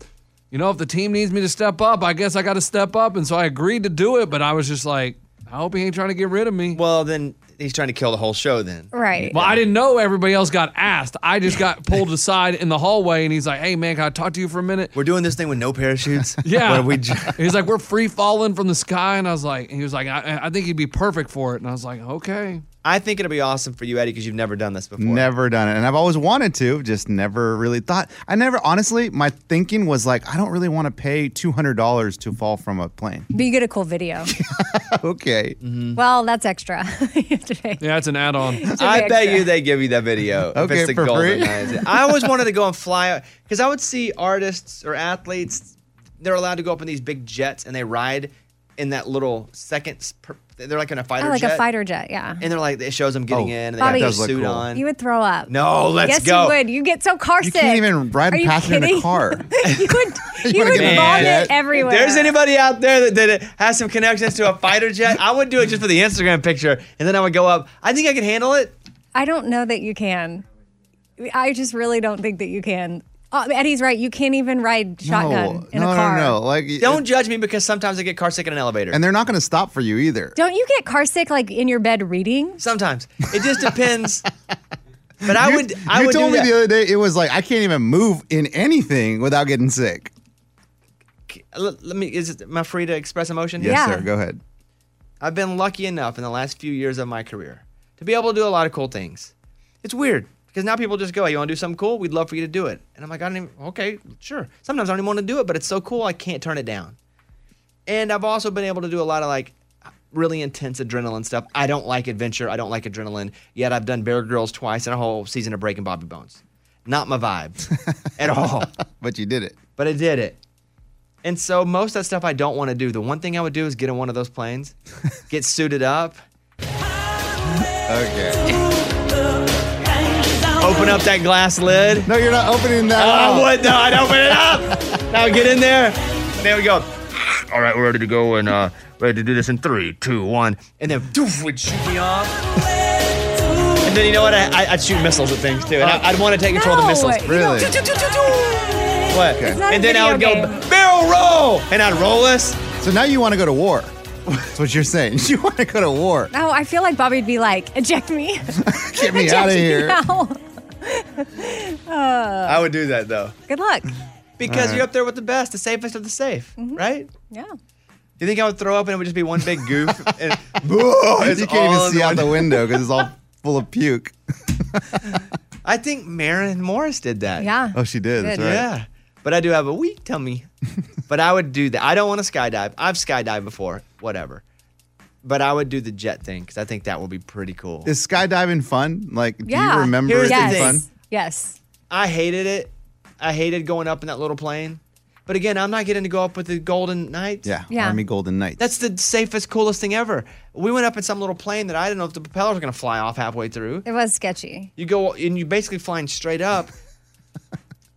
S2: you know, if the team needs me to step up, I guess I got to step up. And so I agreed to do it, but I was just like, I hope he ain't trying to get rid of me.
S1: Well, then he's trying to kill the whole show. Then
S4: Right.
S2: Well, I didn't know everybody else got asked. I
S4: [laughs]
S2: just got pulled aside in the hallway, and he's like, "Hey, man, can I talk to you for a minute?"
S1: We're doing this thing with no parachutes.
S2: [laughs] Yeah.
S1: What are we
S2: he's like, "We're free falling from the sky," and I was like, "He was like, I, I think he'd be perfect for it," and I was
S4: [laughs]
S2: like, "Okay."
S1: I think it'll be awesome for you, Eddie, because you've never done this before.
S8: Never done it. And I've always wanted to, just never really thought. I never, honestly, my thinking was like, I don't really want to pay $200 to fall from a
S1: [laughs]
S8: plane. [laughs]
S4: But you get a cool video.
S8: okay.
S1: Mm-hmm.
S4: well, that's extra. [laughs] Today.
S2: Yeah, it's an add-on.
S4: It's a
S1: I
S4: big
S1: bet
S4: extra.
S1: you they give you that video. if
S8: Okay,
S1: it's the
S8: for
S1: Golden
S8: free?
S2: [laughs]
S1: Knights. I always wanted to go and fly because I would see artists or athletes. They're allowed to go up in these big jets and they ride in that little second. s- Per, they're like in a fighter
S4: Oh, like
S1: jet.
S4: a fighter jet, yeah.
S1: And they're like, it shows them getting in and they
S4: Bobby,
S1: have their suit on.
S4: You would throw up.
S1: No, let's
S4: yes,
S1: go.
S4: you would. You get so car
S1: You
S4: sick. [laughs]
S1: can't even ride
S4: Are you
S1: passenger in a
S4: kidding?
S1: car.
S4: you would. [laughs] You,
S1: wanna
S4: would
S1: get in a
S4: vomit
S1: jet?
S4: everywhere.
S1: If there's anybody out there that, that has some connections to a fighter jet, I would do it just for the Instagram picture, and then I would go up. I think I can handle it.
S4: I don't know that you can. I just really don't think that you can. Oh, Eddie's right. You can't even ride shotgun in a car.
S8: Like,
S1: don't judge me because sometimes I get car sick in an elevator.
S8: And they're not going to stop for you either.
S4: Don't you get car sick like in your bed reading?
S1: Sometimes it just depends. But I would. I
S8: you
S1: would
S8: told
S1: do
S8: me
S1: that.
S8: the other day, it was like, I can't even move in anything without getting sick.
S1: Let, let me. Is it, am I free to express emotion?
S8: Yes, sir. Go ahead.
S1: I've been lucky enough in the last few years of my career to be able to do a lot of cool things. It's weird because now people just go, hey, "You want to do something cool? We'd love for you to do it." And I'm like, "I don't even. Okay, sure." Sometimes I don't even want to do it, but it's so cool I can't turn it down. And I've also been able to do a lot of like really intense adrenaline stuff. I don't like adventure. I don't like adrenaline. Yet I've done Bear Grylls twice and a whole season of Breaking Bobby Bones. Not
S8: [laughs]
S1: my vibe at all.
S8: but you did it.
S1: But I did it. And so most of that stuff I don't want to do. The one thing I would do is get in one of those planes, get suited up,
S8: Okay.
S1: open up that glass lid.
S8: No, you're not opening that.
S1: I
S8: up.
S1: would. No, I'd open it [laughs] up. now get in there. There we go. All right, we're ready to go and uh, ready to do this in three, two, one, and then doof would shoot me off. And then you know what? I, I, I'd shoot missiles at things too, and I, I'd want to take control of the
S4: No,
S1: missiles.
S4: you don't-
S1: What?
S4: It's not a
S1: And then I would
S4: video
S1: go barrel roll, and I'd roll this.
S8: So now you want to go to war. That's what you're saying. [laughs] You want to go to war.
S4: Oh, I feel like Bobby'd be like, eject
S1: [laughs]
S4: me.
S8: Get me
S4: Eject
S8: out of
S4: me
S8: here.
S4: now." [laughs] Uh,
S1: I would do that though.
S4: good luck.
S1: Because you're up there with the best, the safest of the safe, right?
S4: Mm-hmm. Yeah.
S1: Do you think I would throw up and it would just be one big
S8: [laughs]
S1: goof? and, [laughs] It's
S8: you can't
S1: all
S8: even
S1: in
S8: see out the
S1: one-
S8: window because it's all full of puke.
S1: [laughs] I think Marin Morris did that.
S4: Yeah.
S8: Oh, she did. That's right.
S1: Yeah. But I do have a weak
S8: [laughs]
S1: tummy. but I would do that. I don't want to skydive. I've skydived before, whatever. But I would do the jet thing because I think that would be pretty cool.
S8: Is skydiving fun? Like, do
S4: Yeah.
S8: you remember
S1: Here's
S8: it
S1: the
S8: being
S1: thing.
S8: fun?
S4: Yes.
S1: I hated it. I hated going up in that little plane. But again, I'm not getting to go up with the Golden Knights.
S8: Yeah, Army Golden Knights.
S1: That's the safest, coolest thing ever. We went up in some little plane that I didn't know if the propellers were going to fly off halfway through.
S4: It was sketchy.
S1: You go and you basically flying straight up,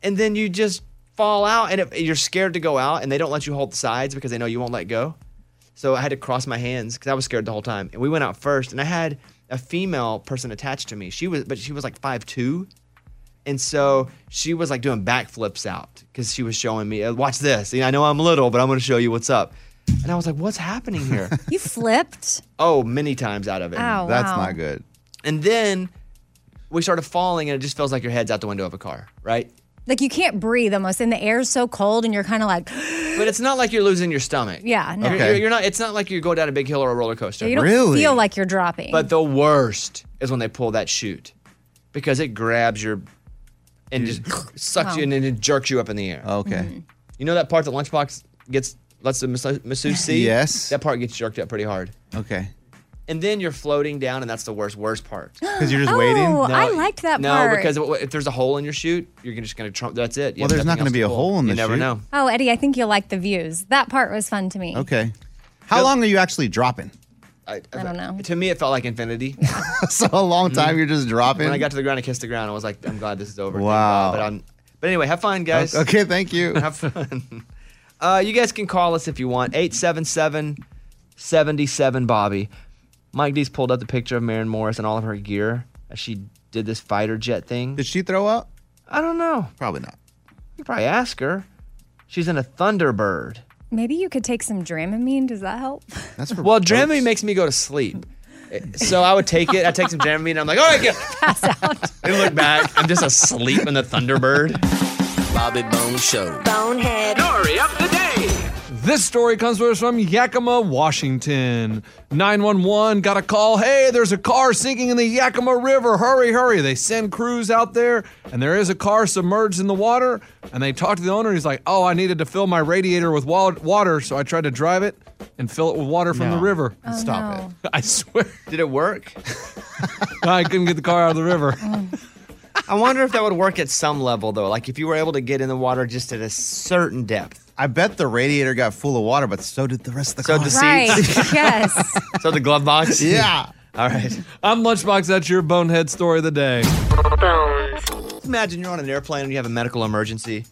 S1: and then you just fall out, and it, you're scared to go out, and they don't let you hold the sides because they know you won't let go. So I had to cross my hands because I was scared the whole time. And we went out first, and I had a female person attached to me. She was, but she was like five two, and so she was like doing backflips out because she was showing me, "Uh, "Watch this." You know, I know I'm little, but I'm going to show you what's up. And I was like, "What's happening here?"
S4: You flipped.
S1: oh, many times out of it.
S4: Ow, That's wow. not
S8: good.
S1: And then we started falling, and it just feels like your head's out the window of a car, right?
S4: Like you can't breathe almost, and the air's so cold, and you're kind of like, [gasps]
S1: But it's not like you're losing your stomach.
S4: yeah, no.
S1: You're- You're, you're not. It's not like you go down a big hill or a roller coaster.
S4: you don't feel like you're dropping.
S1: But the worst is when they pull that chute because it grabs your and just [laughs] sucks you
S4: Wow. Mm-hmm.
S1: in and it jerks you up in the air.
S8: Okay.
S1: You know that part that Lunchbox gets lets the mas- masseuse see?
S8: Yes.
S1: That part gets jerked up pretty hard.
S8: Okay.
S1: And then you're floating down, and that's the worst, worst part.
S8: [gasps] 'Cause you're just Oh, waiting? I
S4: liked that
S1: no,
S4: part.
S1: No, because w- if there's a hole in your chute, you're gonna- just going to trump. That's it. You
S8: Well,
S1: have
S8: there's not
S1: nothing
S8: going to be
S1: else
S8: a
S1: pull.
S8: hole in the
S1: You never
S8: chute.
S1: know.
S4: oh,
S1: [laughs]
S4: Eddie, I think you'll like the views. That part was fun to me.
S8: Okay. How long are you actually dropping?
S1: I,
S4: I don't know.
S1: To me, it felt like infinity.
S8: [laughs] so a [laughs] long time
S1: Mm-hmm.
S8: you're just dropping.
S1: When I got to the ground, I kissed the ground. I was like, I'm glad this is over. Thank
S8: Wow.
S1: God. But, I'm, but anyway, have fun, guys.
S8: Okay, thank you.
S1: Have fun. Uh, you guys can call us if you want. 877 77 Bobby. Mike D's pulled up the picture of Marin Morris and all of her gear as she did this fighter jet thing. Did
S8: she throw up?
S1: I don't know.
S8: Probably not.
S1: You probably ask her. She's in a Thunderbird.
S4: Maybe you could take some Dramamine. Does that help? [laughs]
S8: That's
S1: well, Dramamine makes me go to sleep. Eh, So I would take it. I take some Dramamine. And I'm like, all right, get [laughs] pass out. I look back. I'm just asleep in the Thunderbird.
S2: Bobby Bone Show.
S11: Bonehead. Story of the day.
S2: This story comes to us from Yakima, Washington. 911 got a call. Hey, there's a car sinking in the Yakima River. Hurry, hurry. They send crews out there, and there is a car submerged in the water. And they talk to the owner. He's like, Oh, I needed to fill my radiator with wa- water. So I tried to drive it and fill it with water from the river.
S1: Oh,
S8: Stop
S2: it. I swear.
S1: Did it work?
S2: [laughs] I couldn't get the car out of the river.
S1: I wonder if that would work at some level, though. Like if you were able to get in the water just at a certain depth.
S8: I bet the radiator got full of water, but so did the rest of the
S1: So
S8: car.
S1: did the seats. [laughs]
S4: yes.
S1: So the glove
S8: [laughs]
S1: box. [laughs]
S8: Yeah.
S1: All right.
S2: I'm Lunchbox. That's your bonehead story of the day.
S1: Imagine you're on an airplane and you have a medical emergency.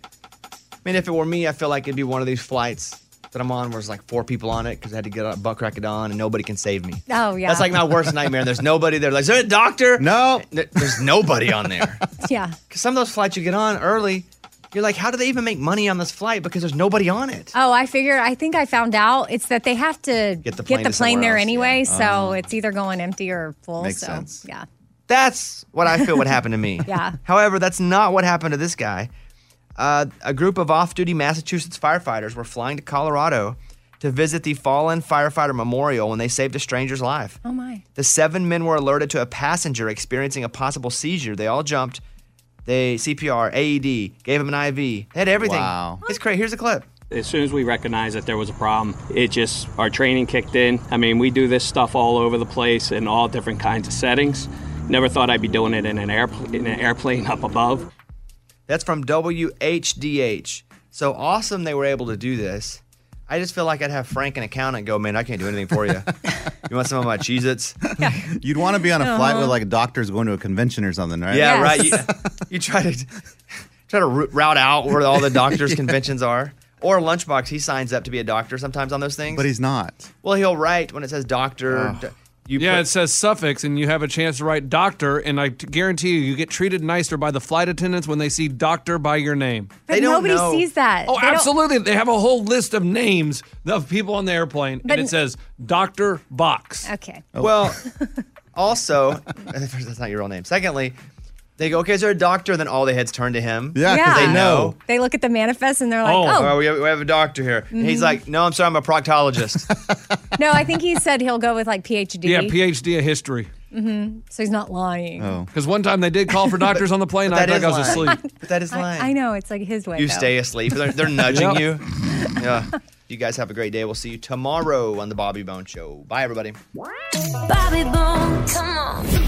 S1: I mean, if it were me, I feel like it'd be one of these flights that I'm on where there's like four people on it because I had to get a butt crack of dawn and nobody can save me.
S4: Oh yeah.
S1: That's like my worst nightmare. There's nobody there. Like, is there a doctor?
S8: No.
S1: There's nobody on there.
S4: [laughs] yeah.
S1: Because some of those flights you get on early, you're like, how do they even make money on this flight? Because there's nobody on it.
S4: [laughs] Oh, I figured. I think I found out it's that they have to
S1: Get the plane to somewhere
S4: there
S1: else,
S4: anyway,
S1: yeah.
S4: so
S1: Oh.
S4: it's either going empty or full.
S1: Makes
S4: so
S1: sense.
S4: yeah,
S1: That's what I feel would happen to me.
S4: [laughs] yeah.
S1: However, that's not what happened to this guy. Uh, a group of off duty Massachusetts firefighters were flying to Colorado to visit the fallen firefighter memorial when they saved a stranger's life.
S4: Oh my.
S1: The seven men were alerted to a passenger experiencing a possible seizure. They all jumped. They CPR, AED, E gave him an IV. They had everything.
S9: Wow.
S1: It's crazy. Here's a clip.
S9: As soon as we recognized that there was a problem, it just, our training kicked in. I mean, we do this stuff all over the place in all different kinds of settings. Never thought I'd be doing it in an, airpl- in an airplane up above.
S1: That's from WHDH. So awesome they were able to do this. I just feel like I'd have Frank, an accountant, go, man, I can't do anything for
S8: [laughs]
S1: you. you want some of my Cheez Its?
S8: You'd want to be on a flight with
S1: Uh-huh.
S8: like doctors going to a convention or something, right?
S1: Yeah, right. You, you try to [laughs] try to roo- route out where all the
S8: [laughs]
S1: doctors' conventions are. Or Lunchbox, he signs up to be a doctor sometimes on those things.
S8: But he's not.
S1: well, he'll write when it says doctor.
S2: Oh.
S1: d-
S2: yeah, it says suffix, and you have a chance to write doctor, and I t- guarantee you, you get treated nicer by the flight attendants when they see doctor by your name.
S4: But nobody sees that.
S2: Oh,
S4: They don't-
S2: absolutely. They have a whole list of names of people on the airplane,
S4: But-
S2: and it says Dr. Box.
S4: Okay. [laughs]
S1: Oh. [laughs] Well, also, [laughs] first, that's not your real name. Secondly, they go, okay, is there a doctor? And then all the heads turn to him.
S4: yeah.
S1: 'cause They know.
S4: They look at the manifest and they're like, "Oh,
S1: well, we, have, we have a doctor here. And he's
S4: Mhm.
S1: like, no, I'm sorry, I'm a proctologist.
S4: no." I think he said he'll go with like PhD.
S2: Yeah, PhD of history.
S4: hmm So he's not lying.
S2: Because one time they did call
S1: [laughs]
S2: for doctors on the plane,
S1: Oh. but
S2: I
S1: that
S2: think I was
S1: is lying.
S2: asleep.
S1: But that is
S4: [laughs]
S1: lying.
S4: I know it's like his way.
S1: you
S4: though.
S1: stay asleep. They're, they're nudging
S2: Yep.
S4: [laughs]
S1: you. Yeah. You guys have a great day. We'll see you tomorrow on the Bobby Bone Show. Bye, everybody.
S6: Bobby Bone, come on.